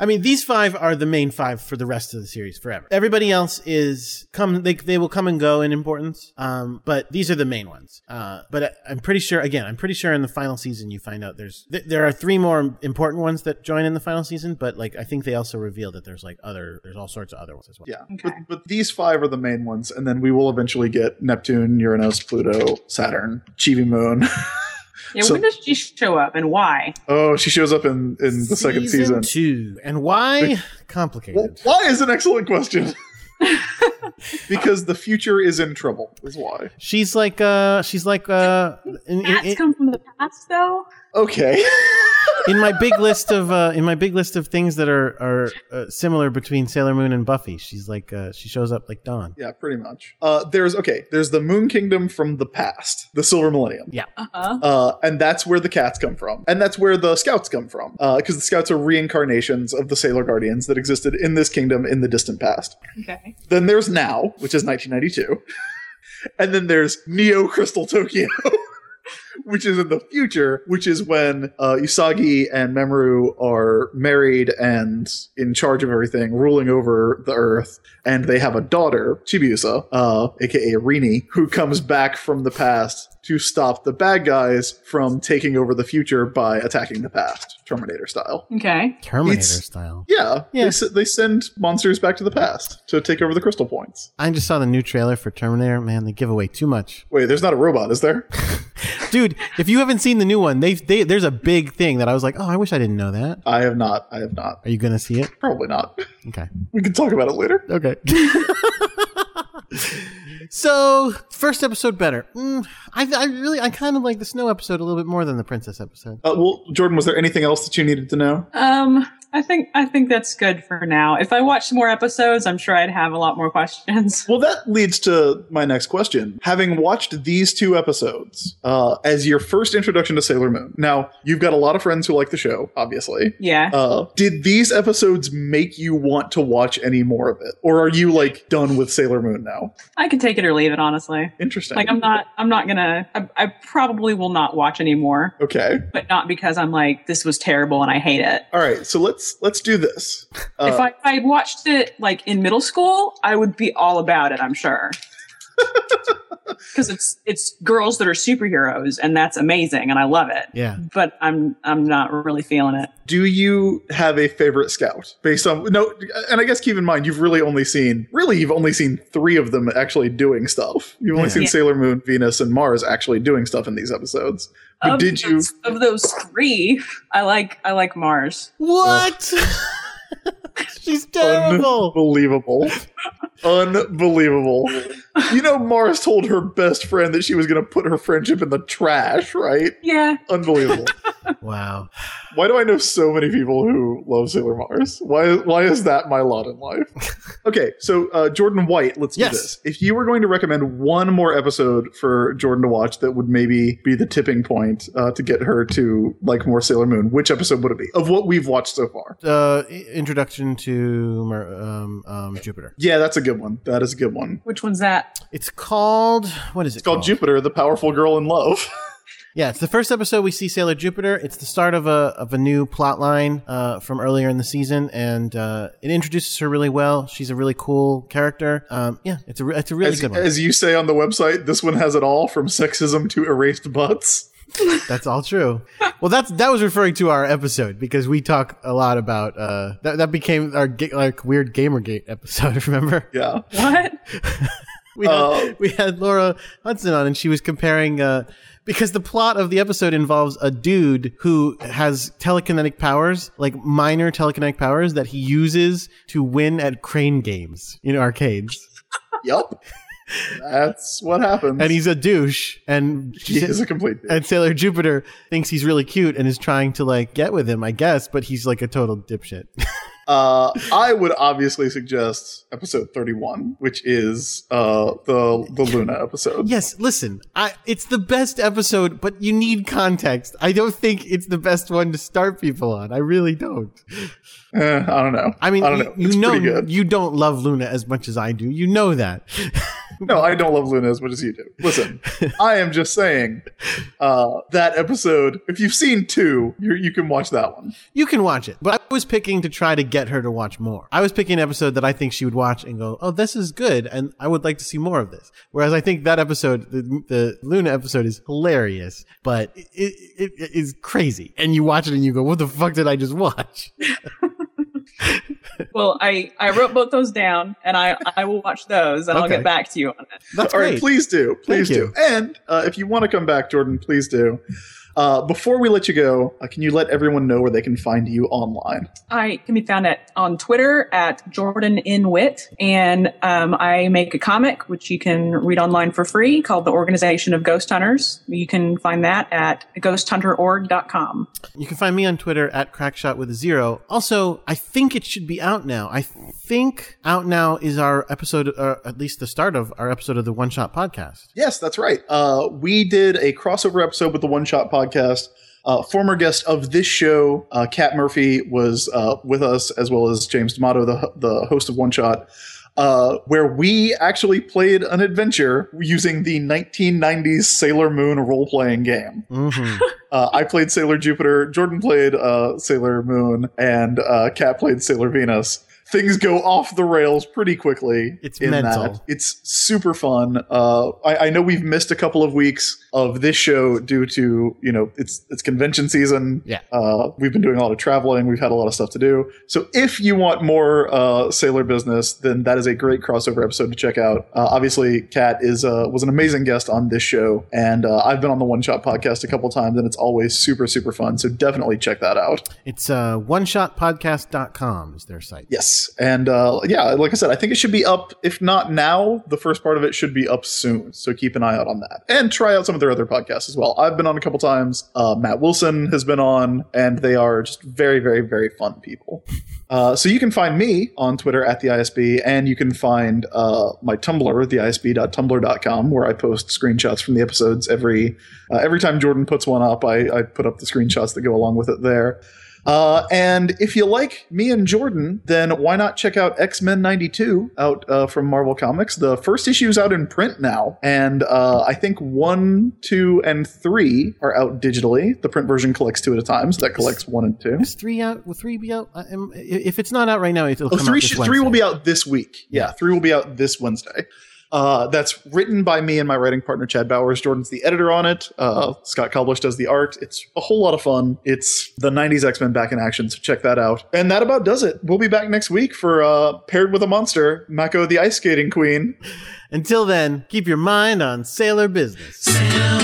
[SPEAKER 3] I mean, these five are the main five for the rest of the series forever. Everybody else is come. They, they will come and go in importance. Um, but these are the main ones. Uh, but I, I'm pretty sure. Again, I'm pretty sure in the final season you find out there's th- there are three more important ones that join in the final season. But like, I think they also reveal that there's like other there's all sorts of other ones as well.
[SPEAKER 4] yeah,
[SPEAKER 5] Okay.
[SPEAKER 4] but, but these five are the main ones, and then we will eventually get Neptune, Uranus, Pluto, Saturn, Chibi Moon.
[SPEAKER 5] Yeah,
[SPEAKER 4] So-
[SPEAKER 5] when does she show up and why?
[SPEAKER 4] oh, she shows up in in the second season.
[SPEAKER 3] two, and why
[SPEAKER 4] Well,
[SPEAKER 3] complicated?
[SPEAKER 4] why is an excellent question. because the future is in trouble. Is why.
[SPEAKER 3] She's like uh, she's like uh, in, in-
[SPEAKER 5] Cats come from the past though?
[SPEAKER 4] Okay.
[SPEAKER 3] in my big list of uh, in my big list of things that are are uh, similar between Sailor Moon and Buffy, she's like uh, she shows up like Dawn.
[SPEAKER 4] yeah, pretty much. Uh, there's okay. There's the Moon Kingdom from the past, the Silver Millennium.
[SPEAKER 5] Uh-huh.
[SPEAKER 4] Uh, and that's where the cats come from, and that's where the scouts come from, because the scouts are reincarnations of the Sailor Guardians that existed in this kingdom in the distant past.
[SPEAKER 5] Okay.
[SPEAKER 4] Then there's now, which is 1992, and then there's Neo Crystal Tokyo, which is in the future, which is when uh, Usagi and Memoru are married and in charge of everything, ruling over the Earth, and they have a daughter, Chibiusa, uh, aka Rini, who comes back from the past to stop the bad guys from taking over the future by attacking the past, Terminator style.
[SPEAKER 5] Okay.
[SPEAKER 3] Terminator
[SPEAKER 4] It's-
[SPEAKER 3] style.
[SPEAKER 4] Yeah,
[SPEAKER 3] Yeah.
[SPEAKER 4] They, s- they send monsters back to the past to take over the crystal points.
[SPEAKER 3] I just saw the new trailer for Terminator. Man, they give away too much,
[SPEAKER 4] Wait, there's not a robot, is there?
[SPEAKER 3] dude. If you haven't seen the new one, they, they there's a big thing that I was like, oh, I wish I didn't know that.
[SPEAKER 4] I have not. I have not.
[SPEAKER 3] Are you gonna see it?
[SPEAKER 4] Probably not.
[SPEAKER 3] Okay.
[SPEAKER 4] We can talk about it later.
[SPEAKER 3] Okay. so first episode better. Mm, I, I really I kind of like the snow episode a little bit more than the princess episode.
[SPEAKER 4] Uh, well, Jordan, was there anything else that you needed to know?
[SPEAKER 5] Um I think I think that's good for now. If I watched more episodes, I'm sure I'd have a lot more questions.
[SPEAKER 4] Well, that leads to my next question. Having watched these two episodes uh, as your first introduction to Sailor Moon, now you've got a lot of friends who like the show, obviously.
[SPEAKER 5] Yeah.
[SPEAKER 4] Uh, did these episodes make you want to watch any more of it, or are you like done with Sailor Moon now?
[SPEAKER 5] I could take it or leave it honestly.
[SPEAKER 4] Interesting.
[SPEAKER 5] Like I'm not I'm not going to I probably will not watch anymore,
[SPEAKER 4] okay.
[SPEAKER 5] but not because I'm like this was terrible and I hate it.
[SPEAKER 4] All right. So let's let's do this. Uh,
[SPEAKER 5] if I, if I watched it like in middle school, I would be all about it. I'm sure. Because it's it's girls that are superheroes, and that's amazing, and I love it.
[SPEAKER 3] Yeah.
[SPEAKER 5] But I'm I'm not really feeling it.
[SPEAKER 4] Do you have a favorite scout based on no? And I guess keep in mind you've really only seen really you've only seen three of them actually doing stuff. You've only
[SPEAKER 3] Yeah.
[SPEAKER 4] seen
[SPEAKER 5] Yeah.
[SPEAKER 4] Sailor Moon, Venus, and Mars actually doing stuff in these episodes. But
[SPEAKER 5] of
[SPEAKER 4] did you?
[SPEAKER 5] those, of those three? I like I like Mars.
[SPEAKER 3] What? She's terrible.
[SPEAKER 4] Unbelievable! Unbelievable! You know Mars told her best friend that she was going to put her friendship in the trash, right?
[SPEAKER 5] Yeah,
[SPEAKER 4] Unbelievable.
[SPEAKER 3] Wow.
[SPEAKER 4] Why do I know so many people who love Sailor Mars? Why why is that my lot in life? okay, so uh, Jordan White, let's
[SPEAKER 3] Yes.
[SPEAKER 4] do this. If you were going to recommend one more episode for Jordan to watch that would maybe be the tipping point uh, to get her to like more Sailor Moon, which episode would it be of what we've watched so far?
[SPEAKER 3] Uh, i- introduction to Mer- um, um, Jupiter.
[SPEAKER 4] Yeah, that's a good one. That is a good one.
[SPEAKER 5] Which one's that?
[SPEAKER 3] It's called what is it
[SPEAKER 4] It's called Jupiter, the powerful girl in love.
[SPEAKER 3] Yeah, it's the first episode we see Sailor Jupiter. It's the start of a of a new plot line uh, from earlier in the season, and uh, it introduces her really well. She's a really cool character. Um, yeah, it's a re- it's a really
[SPEAKER 4] as,
[SPEAKER 3] good one.
[SPEAKER 4] as you say on the website, this one has it all from sexism to erased butts.
[SPEAKER 3] That's all true. Well, that's that was referring to our episode because we talk a lot about uh, that. That became our ga- like weird GamerGate episode. Remember?
[SPEAKER 4] Yeah.
[SPEAKER 5] What?
[SPEAKER 3] we had,
[SPEAKER 4] Oh.
[SPEAKER 3] we had Laura Hudson on, and she was comparing uh, because the plot of the episode involves a dude who has telekinetic powers, like minor telekinetic powers that he uses to win at crane games in arcades,
[SPEAKER 4] Yup. That's what happens.
[SPEAKER 3] and he's a douche. And she
[SPEAKER 4] he
[SPEAKER 3] said-
[SPEAKER 4] is a complete dick.
[SPEAKER 3] and Sailor Jupiter thinks he's really cute and is trying to like get with him, I guess, but he's like a total dipshit.
[SPEAKER 4] Uh, I would obviously suggest episode 31, which is uh, the the Luna episode.
[SPEAKER 3] yes, listen, I, it's the best episode, but you need context. I don't think it's the best one to start people on. I really don't.
[SPEAKER 4] Eh, I don't know.
[SPEAKER 3] I mean,
[SPEAKER 4] I don't
[SPEAKER 3] you,
[SPEAKER 4] know.
[SPEAKER 3] you
[SPEAKER 4] it's
[SPEAKER 3] know,
[SPEAKER 4] pretty good.
[SPEAKER 3] you don't love Luna as much as I do. You know that.
[SPEAKER 4] no, I don't love Luna as much as you do. Listen, I am just saying uh, that episode. If you've seen two, you you can watch that one.
[SPEAKER 3] you can watch it, but I was picking to try to get her to watch more. I was picking an episode that I think she would watch and go, "Oh, this is good," and I would like to see more of this. Whereas I think that episode, the, the Luna episode, is hilarious, but it, it, it is crazy. And you watch it and you go, "What the fuck did I just watch?"
[SPEAKER 5] Well, I, I wrote both those down and I, I will watch those and I'll
[SPEAKER 3] Okay.
[SPEAKER 5] get back to you on it.
[SPEAKER 3] That's
[SPEAKER 4] All right,
[SPEAKER 3] great.
[SPEAKER 4] please do. Please
[SPEAKER 3] Thank
[SPEAKER 4] do.
[SPEAKER 3] you.
[SPEAKER 4] And uh, if you want to come back, Jordan, please do. Uh, before we let you go, uh, can you let everyone know where they can find you online?
[SPEAKER 5] I can be found at on Twitter at Jordan in Wit, and um, I make a comic which you can read online for free called The Organization of Ghost Hunters. You can find that at ghosthunterorg.com.
[SPEAKER 3] You can find me on Twitter at crackshot with a zero. Also, I think it should be out now. I think out now is our episode, or at least the start of our episode of the One Shot Podcast.
[SPEAKER 4] Yes, that's right. Uh, we did a crossover episode with the One Shot Podcast. Uh, former guest of this show, uh, Kat Murphy, was uh, with us, as well as James D'Amato, the, the host of One Shot, uh, where we actually played an adventure using the 1990s Sailor Moon role playing game.
[SPEAKER 3] hmm
[SPEAKER 4] Uh, I played Sailor Jupiter, Jordan played uh, Sailor Moon, and uh, Kat played Sailor Venus. Things go off the rails pretty quickly.
[SPEAKER 3] It's
[SPEAKER 4] in that.
[SPEAKER 3] mental.
[SPEAKER 4] It's super fun. Uh, I, I know we've missed a couple of weeks of this show due to you know it's it's convention season.
[SPEAKER 3] Yeah.
[SPEAKER 4] Uh, we've been doing a lot of traveling. We've had a lot of stuff to do. So if you want more uh, Sailor business, then that is a great crossover episode to check out. Uh, obviously, Kat is uh, was an amazing guest on this show, and uh, I've been on the One Shot podcast a couple times, and it's always super super fun. So definitely check that out.
[SPEAKER 3] It's uh, oneshotpodcast.com is their site.
[SPEAKER 4] Yes, and uh, yeah, like I said, I think it should be up. If not now, the first part of it should be up soon. So keep an eye out on that, and try out some of their other podcasts as well. I've been on a couple times. Uh, Matt Wilson has been on, and they are just very, very, very fun people. Uh, so you can find me on Twitter at the ISB, and you can find uh, my Tumblr, theisb.tumblr.com, where I post screenshots from the episodes every uh, every time Jordan puts one up. I, I put up the screenshots that go along with it there. Uh, and if you like me and Jordan, then why not check out X Men 92 out uh, from Marvel Comics? The first issue is out in print now, and uh, I think one, two, and three are out digitally. The print version collects two at a time, so that collects one and two.
[SPEAKER 3] Is three out? Will three be out? I am- if it's not out right now, it'll
[SPEAKER 4] Oh,
[SPEAKER 3] come
[SPEAKER 4] three,
[SPEAKER 3] out this
[SPEAKER 4] sh- three will
[SPEAKER 3] Wednesday.
[SPEAKER 4] be out this week. Yeah, three will be out this Wednesday. Uh, that's written by me and my writing partner Chad Bowers. Jordan's the editor on it. Uh, Scott Koblish does the art. It's a whole lot of fun. It's the '90s X-Men back in action, so check that out. And that about does it. We'll be back next week for uh, paired with a monster, Mako the ice skating queen.
[SPEAKER 3] Until then, keep your mind on Sailor Business.
[SPEAKER 2] Sailor